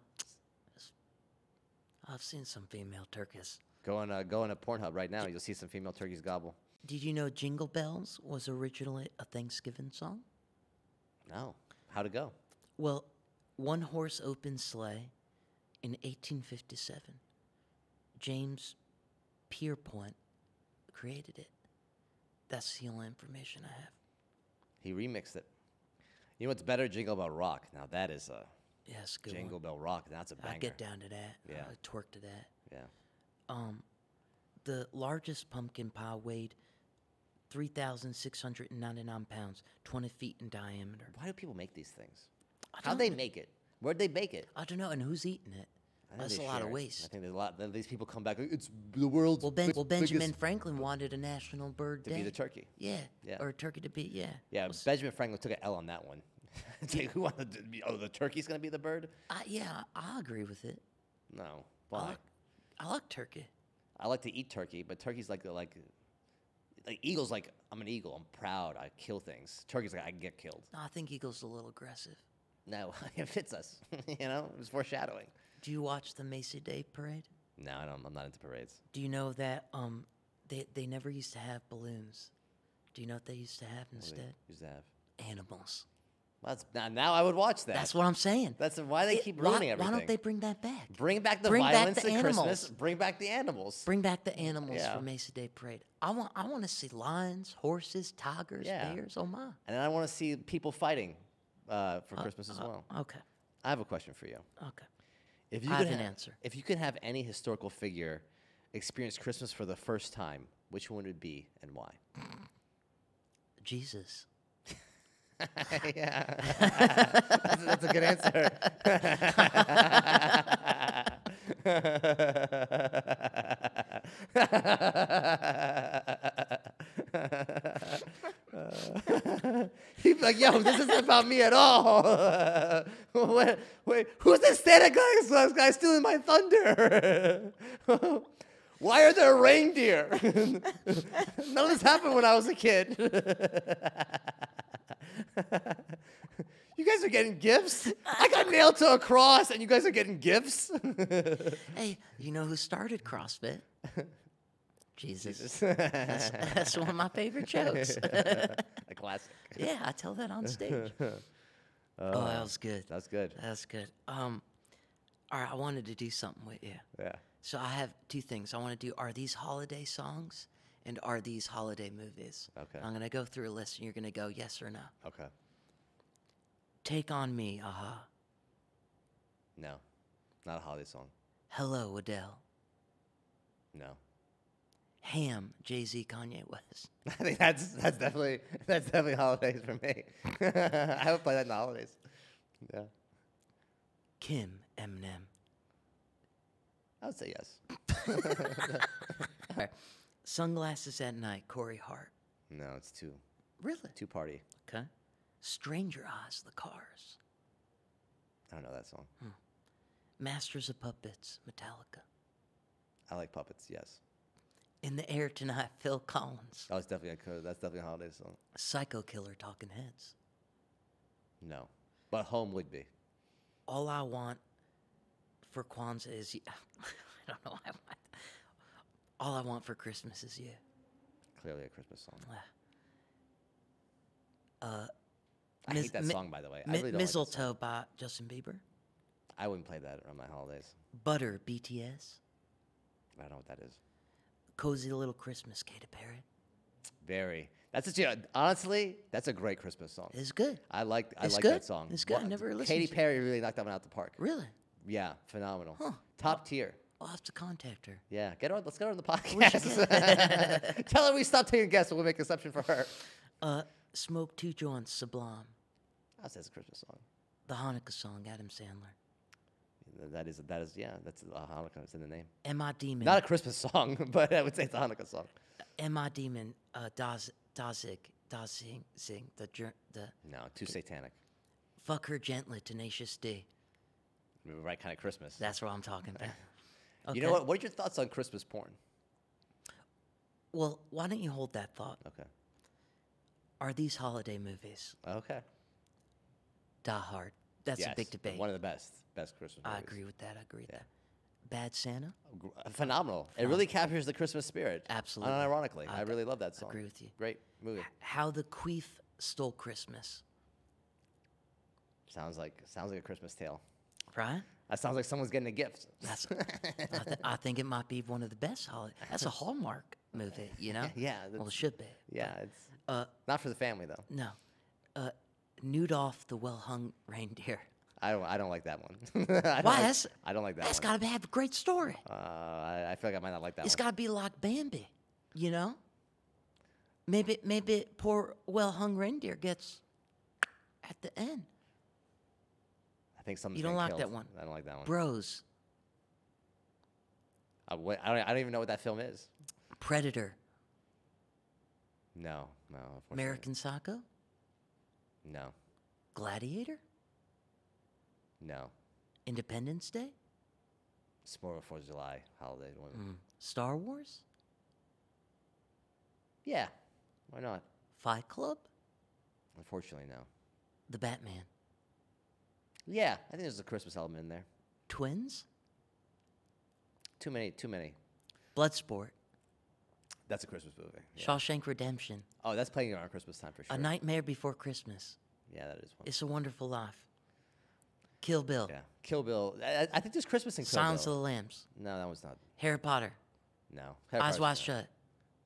I've seen some female turkeys. Go on. Uh, go on a Pornhub right now. You'll see some female turkeys gobble. Did you know Jingle Bells was originally a Thanksgiving song? No, how to go? Well, one horse open sleigh in 1857. James Pierpont created it. That's the only information I have. He remixed it. You know what's better? Jingle Bell Rock. Now that is a Yeah, that's a good Jingle one. Bell Rock. That's a banger. I get down to that. Yeah. I twerk to that. Yeah. Um, the largest pumpkin pie weighed 3,699 pounds, 20 feet in diameter. Why do people make these things? I How don't they kn- make it? Where'd they make it? I don't know, and who's eating it? I think That's a they lot share of it. I waste. think there's a lot. Then these people come back. It's the world's Well, ben, big- well, Benjamin biggest Franklin wanted a national bird to day. be the turkey. Yeah. Yeah. Or a turkey to be, yeah. Yeah, Well, s- Benjamin Franklin took an L on that one. it's like, who wanted to be, oh, the turkey's going to be the bird? I, yeah, I agree with it. I No. Why? like, I like turkey. I like to eat turkey, but turkey's like, the- like, like eagle's like, I'm an eagle. I'm proud. I kill things. Turkey's like, I can get killed. No, I think Eagle's a little aggressive. No, it fits us. you know, it's foreshadowing. Do you watch the Macy Day Parade? No, I don't, I'm not into parades. Do you know that um, they, they never used to have balloons? Do you know what they used to have What do they instead? use to have? Animals. Well, that's, now, now I would watch that. That's what I'm saying. That's why they It- keep why- ruining why, everything. don't they bring that back? bring back the bring back violence the at Christmas? animals. Bring back the animals. Bring back the animals Yeah. for Mesa Day Parade. I want I want to see lions, horses, tigers, Yeah. bears. Oh my! and I want to see people fighting uh, for Christmas as Uh, well. okay, I have a question for you. okay. If you I could have an ha- answer. If you could have any historical figure experience Christmas for the first time, which one would it be and why? Jesus. yeah, that's, a- that's a good answer. He's like, yo, this isn't about me at all. wait, wait, who's this Santa guy? This guy stealing my thunder. Why are there reindeer? None of this happened when I was a kid. you guys are getting gifts? I got nailed to a cross and you guys are getting gifts? Hey, you know who started CrossFit? Jesus. That's, a that's one of my favorite jokes. classic. yeah, I tell that on stage. oh, that was good. That's good. That's good. Um, all right, I wanted to do something with you. Yeah. So I have two things I want to do. Are these holiday songs and are these holiday movies? Okay. I'm going to go through a list and you're going to go yes or no. Okay. Take on me, uh-huh. aha. No. Not a holiday song. Hello, Adele. No. Ham, Jay Z, Kanye West. I think that's that's definitely that's definitely holidays for me. I would play that in the holidays. Yeah. Kim, Eminem. I would say yes. Sunglasses at Night, Corey Hart. No, it's too Really? too party. Okay. Stranger Eyes, The Cars. I don't know that song. Masters of Puppets, Metallica. I like puppets. Yes. In the Air Tonight, Phil Collins. Oh, it's definitely a co- that's definitely a holiday song. Psycho Killer, Talking Heads. No, but home would be. all I want for Kwanzaa is you. I don't know why I want. All I want for Christmas is you. Clearly a Christmas song. Uh, I mis- hate that mi- song, by the way. I mi- really don't like that song. mistletoe by Justin Bieber. I wouldn't play that around my holidays. Butter BTS. I don't know what that is. Cozy Little Christmas Katy Perry. Very. That's such a, honestly, that's a great Christmas song. It's good. I like I It's like good. that song. It's good. I never listened Katy to it. Perry really knocked that one out the park. Really? Yeah, phenomenal. Huh. Top tier. I'll have to contact her. Yeah, get her. on- Let's get her on the podcast. Tell her we stopped taking guests. and We'll make an exception for her. Uh, Smoke Two Joints, Sublime. That says a Christmas song. The Hanukkah song, Adam Sandler. That is that is yeah. That's a Hanukkah. It's in the name. Am I Demon? Not a Christmas song, but I would say it's a Hanukkah song. Am I Demon? Uh, Daz, Dazig, Dazing, Zing, the, Ger- the No, too satanic. Fuck Her Gently, Tenacious D. The Right kind of Christmas. That's what I'm talking about. You know what? What are your thoughts on Christmas porn? Well, why don't you hold that thought? Okay. Are these holiday movies Okay. Die Hard? That's a big Yes, debate. One of the best, best Christmas. I movies. agree with that. I agree with Yeah. that. Bad Santa? Gr- Phenomenal. It really captures the Christmas spirit. Absolutely. Unironically, I I really love that song. agree with you. Great movie. How the Queef Stole Christmas. Sounds like sounds like a Christmas tale. right? That sounds like someone's getting a gift. That's, I, th- I think it might be one of the best holiday. That's a Hallmark movie, you know? Yeah, Well, that's- it should be. Yeah, it's Uh, not for the family though. no. Uh, Nudolph the Well Hung Reindeer. I don't. I don't like that one. I don't Why? like- That's- I don't like that That's one. got to have a great story. uh, I, I feel like I might not like that It's one. got to be like Bambi, you know? Maybe, maybe poor well hung reindeer gets at the end. I think someone's you don't getting like that killed. one. I don't like that one. Bros, I, what, I, don't, I don't even know what that film is. Predator, No, no. unfortunately. American Psycho, No, Gladiator, no. Independence Day, It's more of a Fourth of July holiday. one. Star Wars, Yeah, why not? Fight Club, Unfortunately, no. The Batman, Yeah, I think there's a Christmas element in there. Twins, Too many, too many. Bloodsport, That's a Christmas movie. yeah. Shawshank Redemption, Oh, that's playing around Christmas time for sure. A Nightmare Before Christmas, yeah, that is one. It's a Wonderful Life, Kill Bill, Yeah, Kill Bill. I, I- I think there's Christmas in Kill Silence Bill. of the Lambs, No, that one's not. Harry Potter, No. Eyes Wide Shut,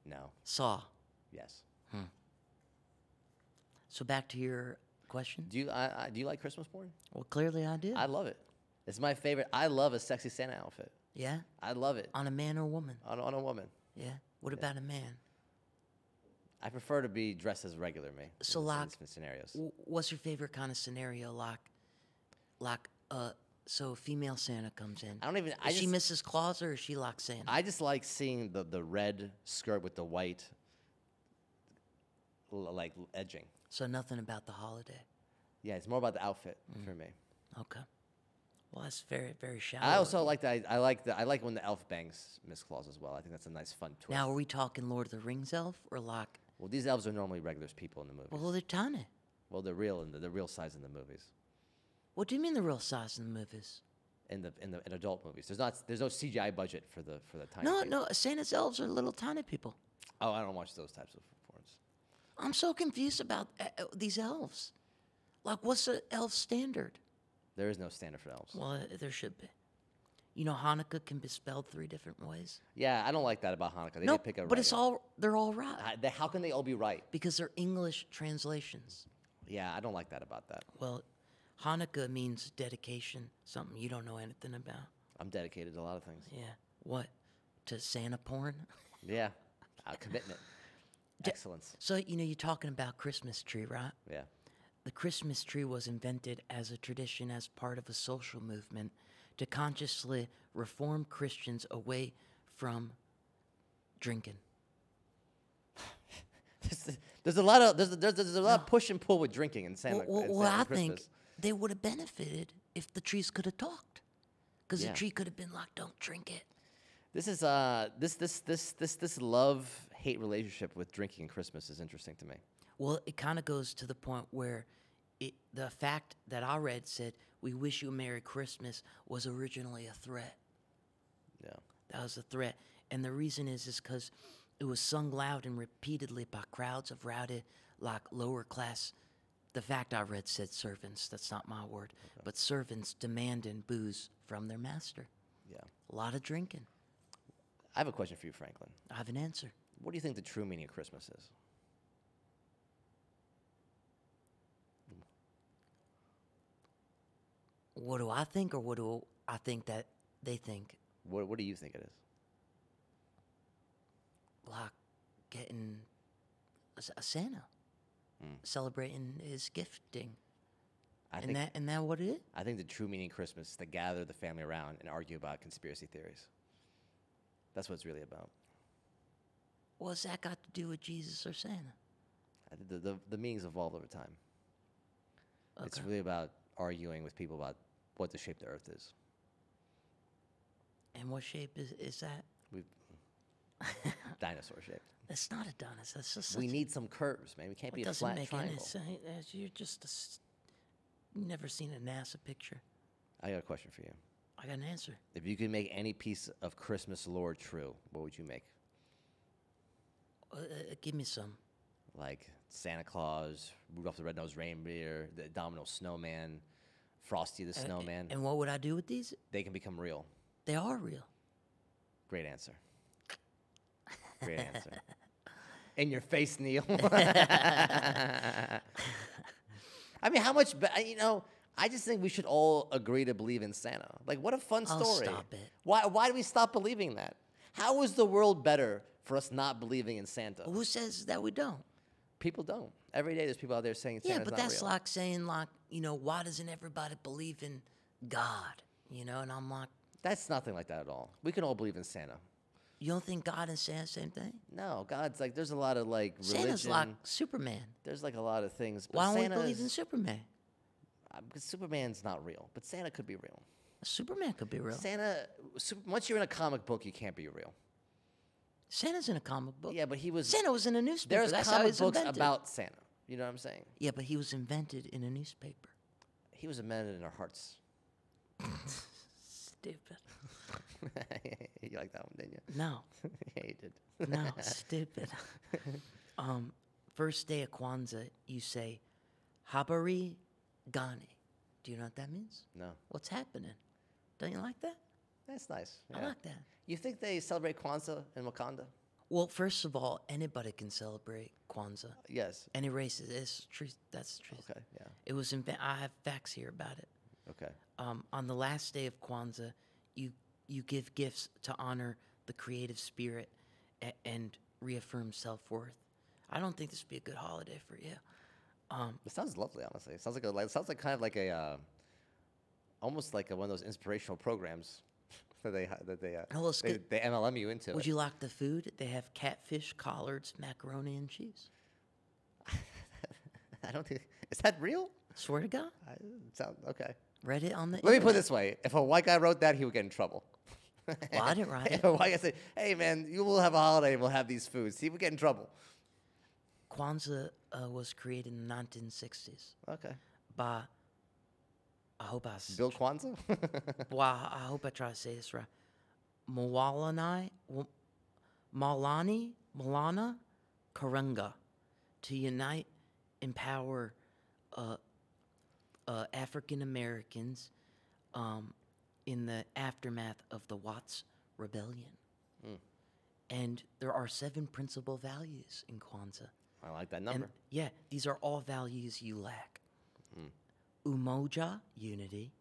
No. Saw. Yes. So back to your question. Do you I, I, do you like Christmas porn? Well, clearly I do. I love it. It's my favorite. I love a sexy Santa outfit. yeah, I love it on a man or woman. on, on a woman. Yeah. What about a man? I prefer to be dressed as regular me. So, in, this- in like- these different scenarios. W- what's your favorite kind of scenario? Like, like uh, so a female Santa comes in. I don't even. I Is she just, Mrs. Claus or is she like Santa? I just like seeing the the red skirt with the white, l- like edging. so nothing about the holiday. Yeah, it's more about the outfit for me. Okay. Well, that's very very shallow. I of also you. like that. I like the. I like when the elf bangs Miss Claus as well. I think that's a nice fun twist. Now, are we talking Lord of the Rings elf or like? well, these elves are normally regular people in the movies. Well, they're tiny. Well, they're real in the, the real size in the movies. What do you mean the real size in the movies? In the in the in adult movies, there's not there's no CGI budget for the for the time. No, no, Santa's elves are little tiny people. Oh, I don't watch those types of porns. I'm so confused about uh, uh, these elves. Like, what's the elf standard? There is no standard for elves. Well, uh, there should be. You know, Hanukkah can be spelled three different ways. Yeah, I don't like that about Hanukkah. They No, didn't pick a but it's right all they're all right one. How- they- How can they all be right? because they're English translations. Yeah, I don't like that about that. Well, Hanukkah means dedication, something you don't know anything about. I'm dedicated to a lot of things. Yeah, what to Santa porn? Yeah, uh, commitment, excellence. So you know, you're talking about Christmas tree, right? Yeah, The Christmas tree was invented as a tradition as part of a social movement to consciously reform Christians away from drinking. there's, there's a lot of there's there's, there's a lot of push and pull with drinking and Santa. Well, well, and well, Santa I Christmas. think they would have benefited if the trees could have talked. Because Yeah. the tree could have been like, don't drink it. this is uh this this this this this love hate relationship with drinking and Christmas is interesting to me. Well, it kind of goes to the point where it, the fact that I read said, we wish you a Merry Christmas was originally a threat. Yeah. That was a threat. And the reason is is because it was sung loud and repeatedly by crowds of rowdy, like lower class. The fact I read said servants. That's not my word, but servants demanding booze from their master. Yeah. A lot of drinking. I have a question for you, Franklin. I have an answer. What do you think the true meaning of Christmas is? What do I think, or what do I think that they think? What what do you think it is? Like getting a s- a Santa, celebrating his gifting. Hmm. I and think that, and that what it is? I think the true meaning of Christmas is to gather the family around and argue about conspiracy theories. That's what it's really about. What's that got to do with Jesus or Santa? I think the, the, the meanings evolve over time. It's Okay. really about arguing with people about what the shape of the earth is. And what shape is, is that? We've dinosaur shape. That's not a donut. That's just We such- need some curves, man. We can't that be a doesn't flat make triangle. any sense. That's- You're just a s- you never seen a NASA picture. I got a question for you. I got an answer. If you could make any piece of Christmas lore true, what would you make? Uh, uh, give me some. Like Santa Claus, Rudolph the Red-Nosed Reindeer, the Domino Snowman, Frosty the Snowman. Uh, And what would I do with these? they can become real. They are real. Great answer. Great answer. In your face, Neil. I mean, how much? Be- I- you know, I just think we should all agree to believe in Santa. Like, what a fun Oh, story! stop it. Why? Why do we stop believing that? How is the world better for us not believing in Santa? Who says that we don't? People don't. Every day, there's people out there saying Santa's yeah, but not that's real. like saying like, you know, why doesn't everybody believe in God? You know, and I'm like, that's nothing like that at all. We can all believe in Santa. you don't think God and Santa same thing? No, God's like there's a lot of like religion. Santa's like Superman. there's like a lot of things. But Why don't Santa we believe in is- Superman? Uh, because Superman's not real, but Santa could be real. Superman could be real. Santa, Sup- once you're in a comic book, you can't be real. Santa's in a comic book. Yeah, but he was. Santa was in a newspaper. there's That's how comic he's books invented. about Santa. You know what I'm saying? Yeah, but he was invented in a newspaper. He was embedded in our hearts. Stupid. you like that one, didn't you? No, yeah, you did. no, stupid. Um, first day of Kwanzaa, you say, Habari Gani. Do you know what that means? No, What's happening? Don't you like that? that's nice. I yeah. like that. You think they celebrate Kwanzaa in Wakanda? Well, first of all, anybody can celebrate Kwanzaa. Yes. Any races. It's truth. That's the truth. Okay. Yeah. It was invented. I have facts here about it. Okay. um, on the last day of Kwanzaa, you you give gifts to honor the creative spirit a- and reaffirm self worth. I don't think this would be a good holiday for you. Um, It sounds lovely, honestly. It sounds like a, like, sounds like kind of like a, uh, almost like a, one of those inspirational programs that they hi- that they uh, Oh, let's they, get- they MLM you into. Would it. you like the food? They have catfish, collards, macaroni, and cheese. I don't think is that real. Swear to God, I, sound okay. read it on the. Let me internet. put it this way: if a white guy wrote that, he would get in trouble. Well, I didn't write it. if a white guy said, "Hey, man, you will have a holiday. We'll have these foods," he would get in trouble. Kwanzaa uh, was created in the 1960s Okay. by. I hope I. s- Bill Kwanzaa. Wow, I hope I try to say this right. Mwalani, Wa- Malani, Malana, Karunga, to unite, empower uh, uh, African Americans um, in the aftermath of the Watts Rebellion. And there are seven principal values in Kwanzaa. I like that And number. yeah, these are all values you lack. Umoja, unity.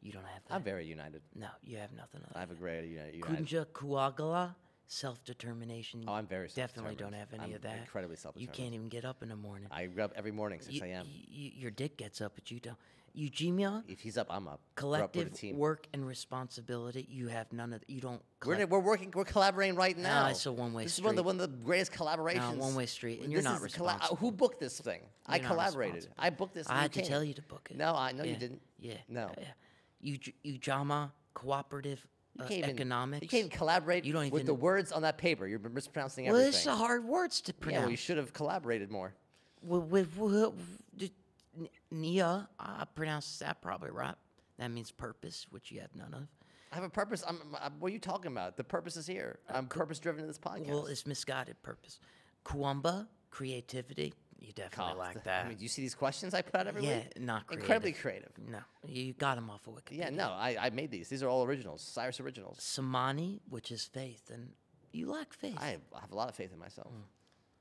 You don't have that. I'm very united. No, you have nothing of I that. have a great united. united. Kunja Kuagala, self determination. Oh, I'm very Definitely don't have self-determined. any I'm of that. incredibly You self-determined. can't even get up in the morning. I get up every morning 6 You- a.m. you- your dick gets up, but you don't. Eugenia, If he's up, I'm up. We're up with collective the team. work and responsibility. You have none of. You don't. We're, collect- we're working. We're collaborating right now. it's a one-way This is one of the street. one of the greatest collaborations. one-way street, and you're This not is colla- responsible. who booked this thing? I You're not collaborated. responsible. I booked this. and I had to came. tell you to book it. No, I no, you Yeah, didn't. Yeah. No. Yeah. You Ujama cooperative You uh, can't even, economics. You can't even collaborate You don't with the even- words on that paper. You're mispronouncing well, everything. it's the hard words to yeah, well, you pronounce. should have collaborated more. Wi- wi- wi- d- n- Nia, I pronounced that probably right. That means purpose, which you have none of. I have a purpose. I'm, I'm- what are you talking about? The purpose is here. I'm purpose driven in this podcast. Uh, Well, it's misguided purpose. Kuamba, creativity. You definitely Oh, like I that. mean, do you see these questions I put out every yeah, week? not creative. Incredibly creative. No, you got him off of Wikipedia. Yeah, no, I, I made these. These are all originals, Cyrus originals. Samani, which is faith, and you like faith. I have, I have a lot of faith in myself.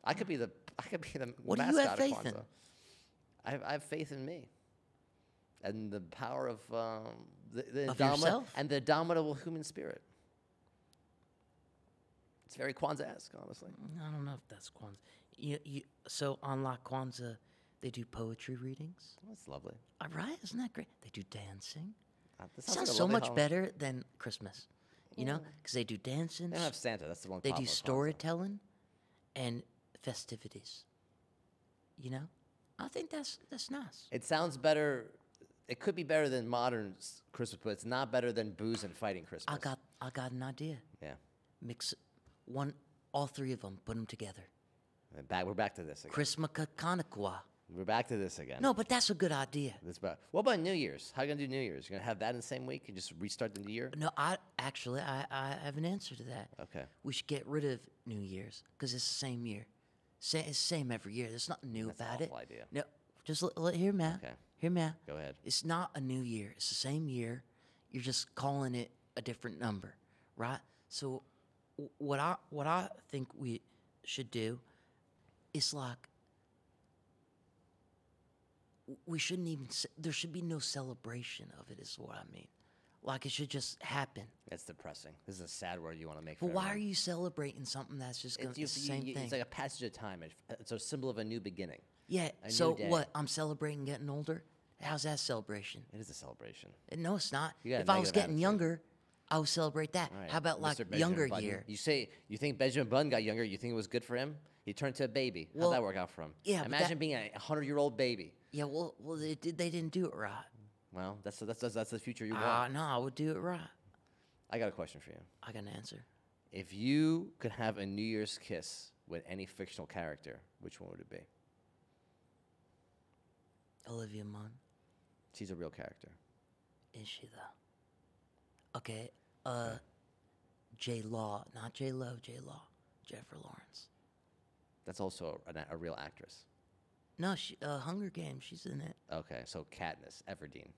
I could be the I could be the Hmm. What do mascot you have of faith in? Kwanzaa. I have, I have faith in me, and the power of um, the, the Of indomitable yourself? and the indomitable human spirit. It's very Kwanzaa-esque, honestly. I don't know if that's Kwanzaa. You, you, so on La Kwanzaa, they do poetry readings. That's lovely. All right, isn't that great? They do dancing. Uh, that Sounds, like a so lovely much holiday. better than Christmas, you know, because they do dancing, They don't have Santa. That's the one. they do problem with Kwanzaa. storytelling, and festivities. You know, I think that's that's nice. It sounds better. It could be better than modern s- Christmas, but it's not better than booze and fighting Christmas. I got I got an idea. yeah. Mix one, all three of them, put them together. Uh, Back, we're back to this again. Chrismaka Kanakwa. We're back to this again. No, but that's a good idea. That's about. What about New Year's? How you gonna do New Year's? You gonna have that in the same week and just restart the new year? No, I actually I, I have an answer to that. Okay. We should get rid of New Year's because it's the same year. Sa- it's the same every year. There's nothing new That's an about it. awful idea. No, just l- l- here, Matt. Okay. Hear me out. Go ahead. It's not a new year. It's the same year. You're just calling it a different number, right? So, w- what I what I think we should do is like w- we shouldn't even. ce- There should be no celebration of it. Is what I mean. Like it should just happen. That's depressing. This is a sad word you want to make. But for why everyone. are you celebrating something that's just gonna It's, it's, the you- you- same you- "Oh, thing? it's like a passage of time. It- It's a symbol of a new beginning. yeah. a new So day. what? I'm celebrating getting older. How's that celebration? It is a celebration. Uh, No, it's not. You got a If I was negative getting attitude. younger, I would celebrate that. All right, How about like Mr. Benjamin younger Button. year? You say you think Benjamin Button got younger. You think it was good for him. He turned to a baby. Well, How'd that work out for him? yeah, but that- Imagine being a hundred-year-old baby. Yeah, well, well, they did. They didn't do it right. Well, that's that's that's, that's the future you want. Ah, no, I would do it right. I got a question for you. I got an answer. If you could have a New Year's kiss with any fictional character, which one would it be? Olivia Munn, She's a real character. is she though? Okay. Uh, J Law, not J Lo, J Law, Jennifer Lawrence. That's also an, a- a real actress. No, she. Uh, Hunger Games. She's in it. Okay, so Katniss Everdeen.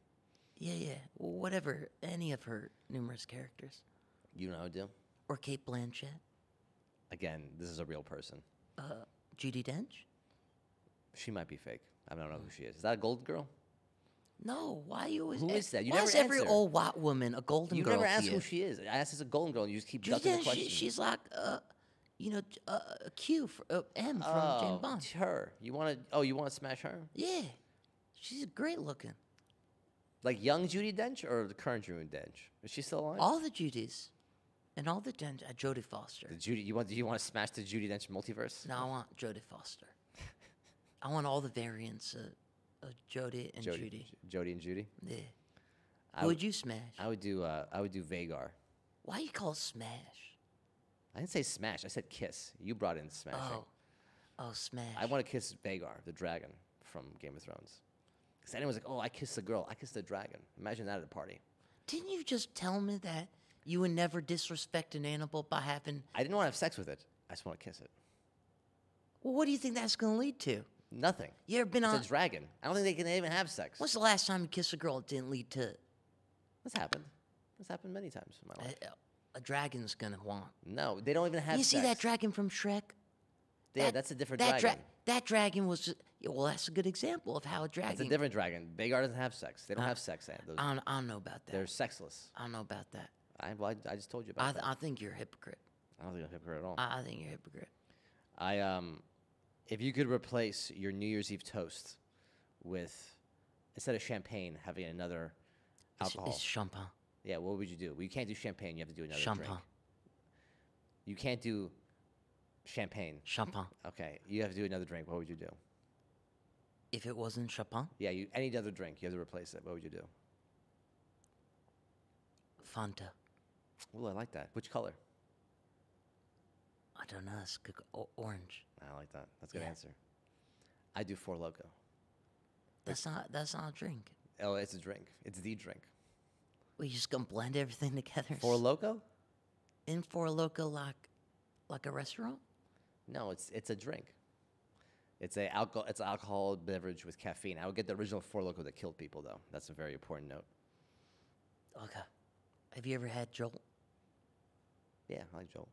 Yeah, yeah. Well, whatever. Any of her numerous characters, You know, do or Kate Blanchett, again. This is a real person. uh, Judy Dench. She might be fake. I don't know who she is. Is that a Golden Girl? No, why you always? Who a- is that? You why never is every answer. old white woman a golden you girl? never to asked you? who she is. I asked it's a Golden Girl, and you just keep She- ducking yeah, the she- question. she's like, uh, you know, J- uh, a Q for uh, M from oh, Jane Bond. it's her. You want to? Oh, you want to smash her? Yeah, she's great looking. Like young Judy Dench or the current Judy Dench? Is she still alive? All the Judys, and all the Jen- uh, Jodie Foster. The Judy, you want? Do you want to smash the Judy Dench multiverse? No, I want Jodie Foster. I want all the variants of, of Jodie and Judy. J- Jody and Judy. Yeah. I Who would- would you smash? I would do. Uh, I would do Vagar. Why you call it smash? I didn't say smash. I said kiss. You brought in smashing. Oh, oh, smash. I want to kiss Vagar, the dragon from Game of Thrones. Because anyone's like, oh, I kissed the girl. I kissed the dragon. Imagine that at a party. Didn't you just tell me that you would never disrespect an animal by having? I didn't want to have sex with it. I just want to kiss it. Well, what do you think that's going to lead to? Nothing. You ever been on? It's a dragon. I don't think they can even have sex. When's the last time you kissed a girl? It didn't lead to That's happened. That's happened many times in my a, life. a dragon's gonna want. No, they don't even have Uh, You sex. see that dragon from Shrek? Yeah, That- that's a different that dragon. that dragon was. Just, yeah, well, that's a good example of how a That's a dragon. different dragon. Vagar doesn't have sex. They don't Uh, have sex. eh, Those, I don't, I don't know about that. they're sexless. I don't know about that. I, well, I, I just told you about I, that. th- I think you're a hypocrite. I don't think I'm a hypocrite at all. I, I think you're a hypocrite. I um, if you could replace your New Year's Eve toast with instead of champagne, having another It's, alcohol. it's champagne. yeah, what would you do? Well, you can't do champagne. You have to do another Champagne. drink. You can't do champagne. Champagne. Okay, you have to do another drink. What would you do? If it wasn't champagne, Yeah, you any other drink. You have to replace it. What would you do? Fanta. Well, I like that. Which color? I don't know. It's good, o- orange. I like that. That's a good Yeah. answer. I do Four Loco. That's not. That's not a drink. Oh, it's a drink. It's the drink. We just gonna blend everything together. Four Loco? in for loco like, like a restaurant. No, it's it's a drink. It's a alcohol. It's an alcohol beverage with caffeine. I would get the original Four Loco that killed people, though. That's a very important note. Okay. Have you ever had Jolt? Yeah, I like Joel.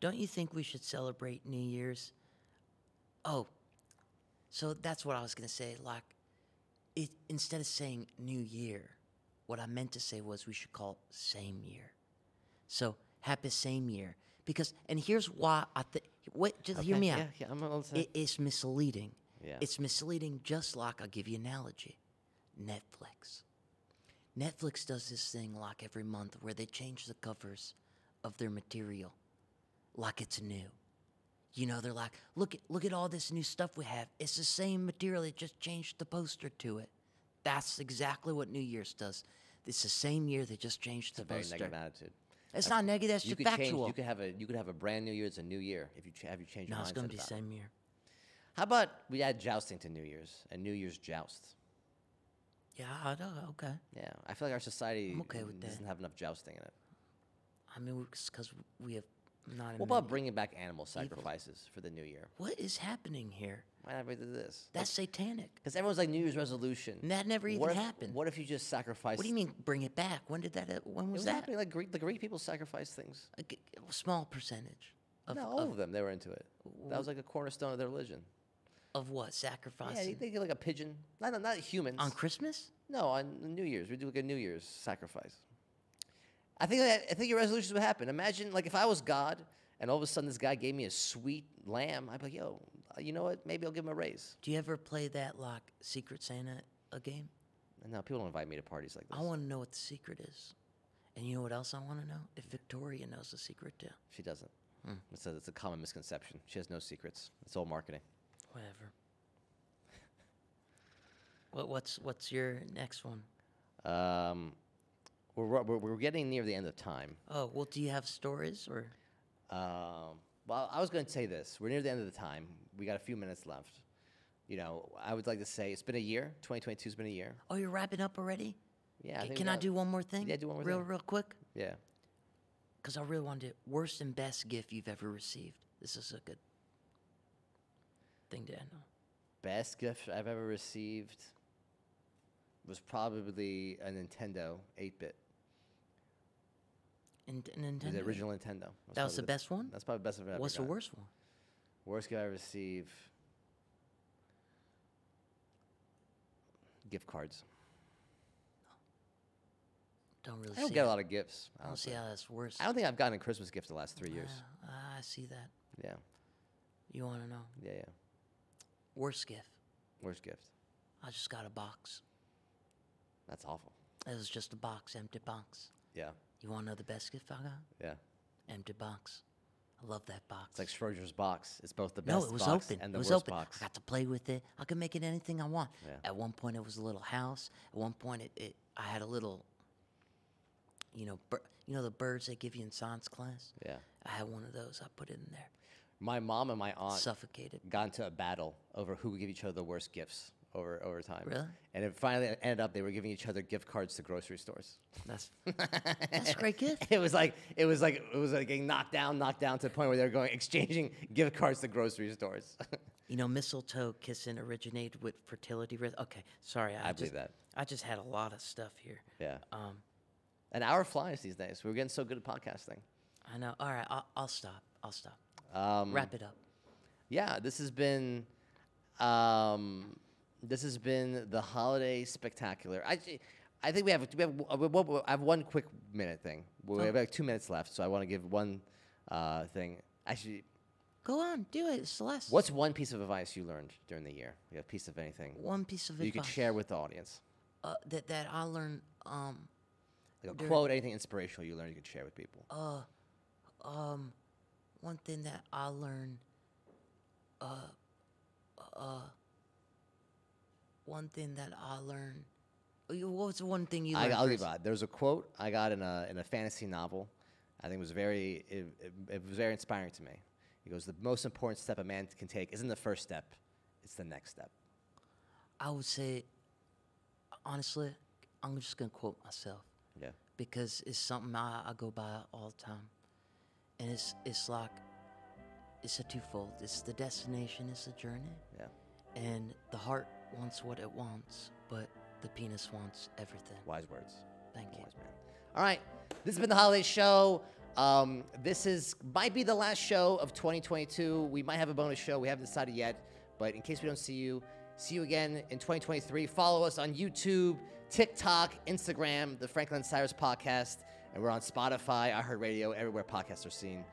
Don't you think we should celebrate New Year's? Oh, so that's what I was going to say. Like, it, instead of saying New Year, what I meant to say was we should call it same year. So, happy same year. Because, and here's why I think, wait, just hear Okay, me out. Yeah, yeah, I'm all set. It is misleading. Yeah. It's misleading just like I'll give you an analogy. Netflix. Netflix does this thing like every month where they change the covers of their material like it's new. You know, they're like, look at look at all this new stuff we have. It's the same material, it just changed the poster to it. That's exactly what New Year's does. It's the same year they just changed the a very poster. negative attitude. It's not negative, that's You just could factual. change. You could have a you could have a brand new year. It's a new year. If you ch- have you changed your no, mindset it's gonna be about it. same year. How about we add jousting to New Year's? A New Year's joust. Yeah, I know, okay. Yeah, I feel like our society I'm okay with doesn't that. have enough jousting in it. I mean, it's because we have Not a What minute. about bringing back animal sacrifices for the new year? What is happening here? Why not we do this? That's satanic. Because everyone's like New Year's resolution. And that never even what if, happened. What if you just sacrifice? What do you mean bring it back? When did that? uh, When It was, was that? happening. Like Greek, the Greek people sacrificed things. A g- g- small percentage of no, all of them. They were into it. That was like a cornerstone of their religion. of what Yeah, sacrificing they- they get like a pigeon. Not not, not humans. on Christmas? no, on New Year's we do like a New Year's sacrifice. I think that, I think your resolutions would happen. Imagine like if I was God and all of a sudden this guy gave me a sweet lamb. I'd be like, yo, uh, you know what? Maybe I'll give him a raise. Do you ever play that lock Secret Santa a game? And now people don't invite me to parties like this. I want to know what the secret is. And you know what else I want to know? If Victoria knows the secret too. She doesn't. Hmm. It's, a, it's a common misconception. She has no secrets. It's all marketing. Whatever. what what's what's your next one? Um, we're, ru- we're, we're getting near the end of time. Oh well, do you have stories or? Um, well, I was going to say this. We're near the end of the time. We got a few minutes left. You know, I would like to say it's been a year. 2022 has been a year. Oh, you're wrapping up already. Yeah. C- think Can we I got- do one more thing? Yeah, do one more real, thing. real quick. Yeah. Because I really wanted to. Worst and best gift you've ever received. This is a good thing to end on. Best gift I've ever received was probably a Nintendo 8 bit. And, and The Nintendo. original Nintendo. That was probably the best one? That's probably the best I've ever What's the got. worst one? Worst gift I receive. Gift cards. Don't really I don't see. get a how- lot of gifts. I don't see honestly. how that's worse. I don't think I've gotten a Christmas gift the last three years. Ah, I see that. Yeah, You want to know? yeah, yeah. Worst gift. Worst gift. I just got a box. That's awful. It was just a box, empty box. Yeah, You want to know the best gift I got? yeah. Empty box. I love that box. It's like Schrodinger's box. It's both the best no, it was box open. and it the was worst open. box. I got to play with it. I could make it anything I want. Yeah. At one point, it was a little house. At one point, it, it I had a little, you know, bir- you know the birds they give you in science class. Yeah. I had one of those. I put it in there. My mom and Uh, my aunt Suffocated. got into a battle over who would give each other the worst gifts over over time. Really? And it finally ended up they were giving each other gift cards to grocery stores. That's that's a great gift. It was like it was like it was like getting knocked down, knocked down to the point where they were going exchanging gift cards to grocery stores. You know, mistletoe kissing originated with fertility risk. Okay, sorry. I, I just, believe that. I just had a lot of stuff here. yeah. Um, An hour flies these days. We're getting so good at podcasting. I know. All right, I'll, I'll stop. I'll stop. Um, Wrap it up. yeah, this has been um, this has been the holiday spectacular. I thi- I think we have we have, w- w- w- I have one quick minute thing. We Oh. have like two minutes left, so I want to give one uh, thing. Actually, Go on, do it, Celeste. what's one piece of advice you learned during the year? Like a piece of anything one piece of that advice you could share with the audience, uh, that that I learned? Um, like a During- quote, anything inspirational you learned you could share with people. um, one thing that I learned. Uh, uh, one thing that I learned. Oh, you- What was the one thing you I, learned? I'll leave first? out. There's a quote I got in a in a fantasy novel. I think it was very it, it, it was very inspiring to me. It goes, "The most important step a man can take isn't the first step; it's the next step." I would say, honestly, I'm just gonna quote myself. Yeah, because it's something I, I go by all the time. And it's it's like it's a twofold. It's the destination, it's the journey. yeah. And the heart wants what it wants, but the penis wants everything. Wise words. Thank you. Wise man. All right, this has been the holiday show. Um, this is might be the last show of 2022. We might have a bonus show. We haven't decided yet, but in case we don't see you, see you again in 2023. Follow us on YouTube, TikTok, Instagram, the Franklin Cyrus Podcast, and we're on Spotify, iHeartRadio, everywhere podcasts are seen.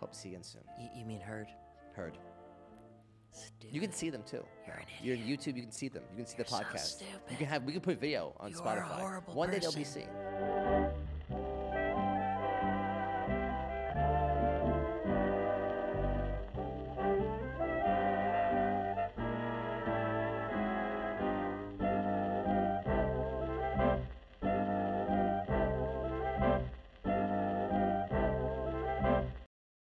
Hope to see you again soon. You, you mean heard? Heard. Stupid. You can see them too. You're an You're on YouTube. You can see them. You can see the You're so podcast. You stupid. can have. We can put video on You are a Spotify. horrible One day they'll be person. seen.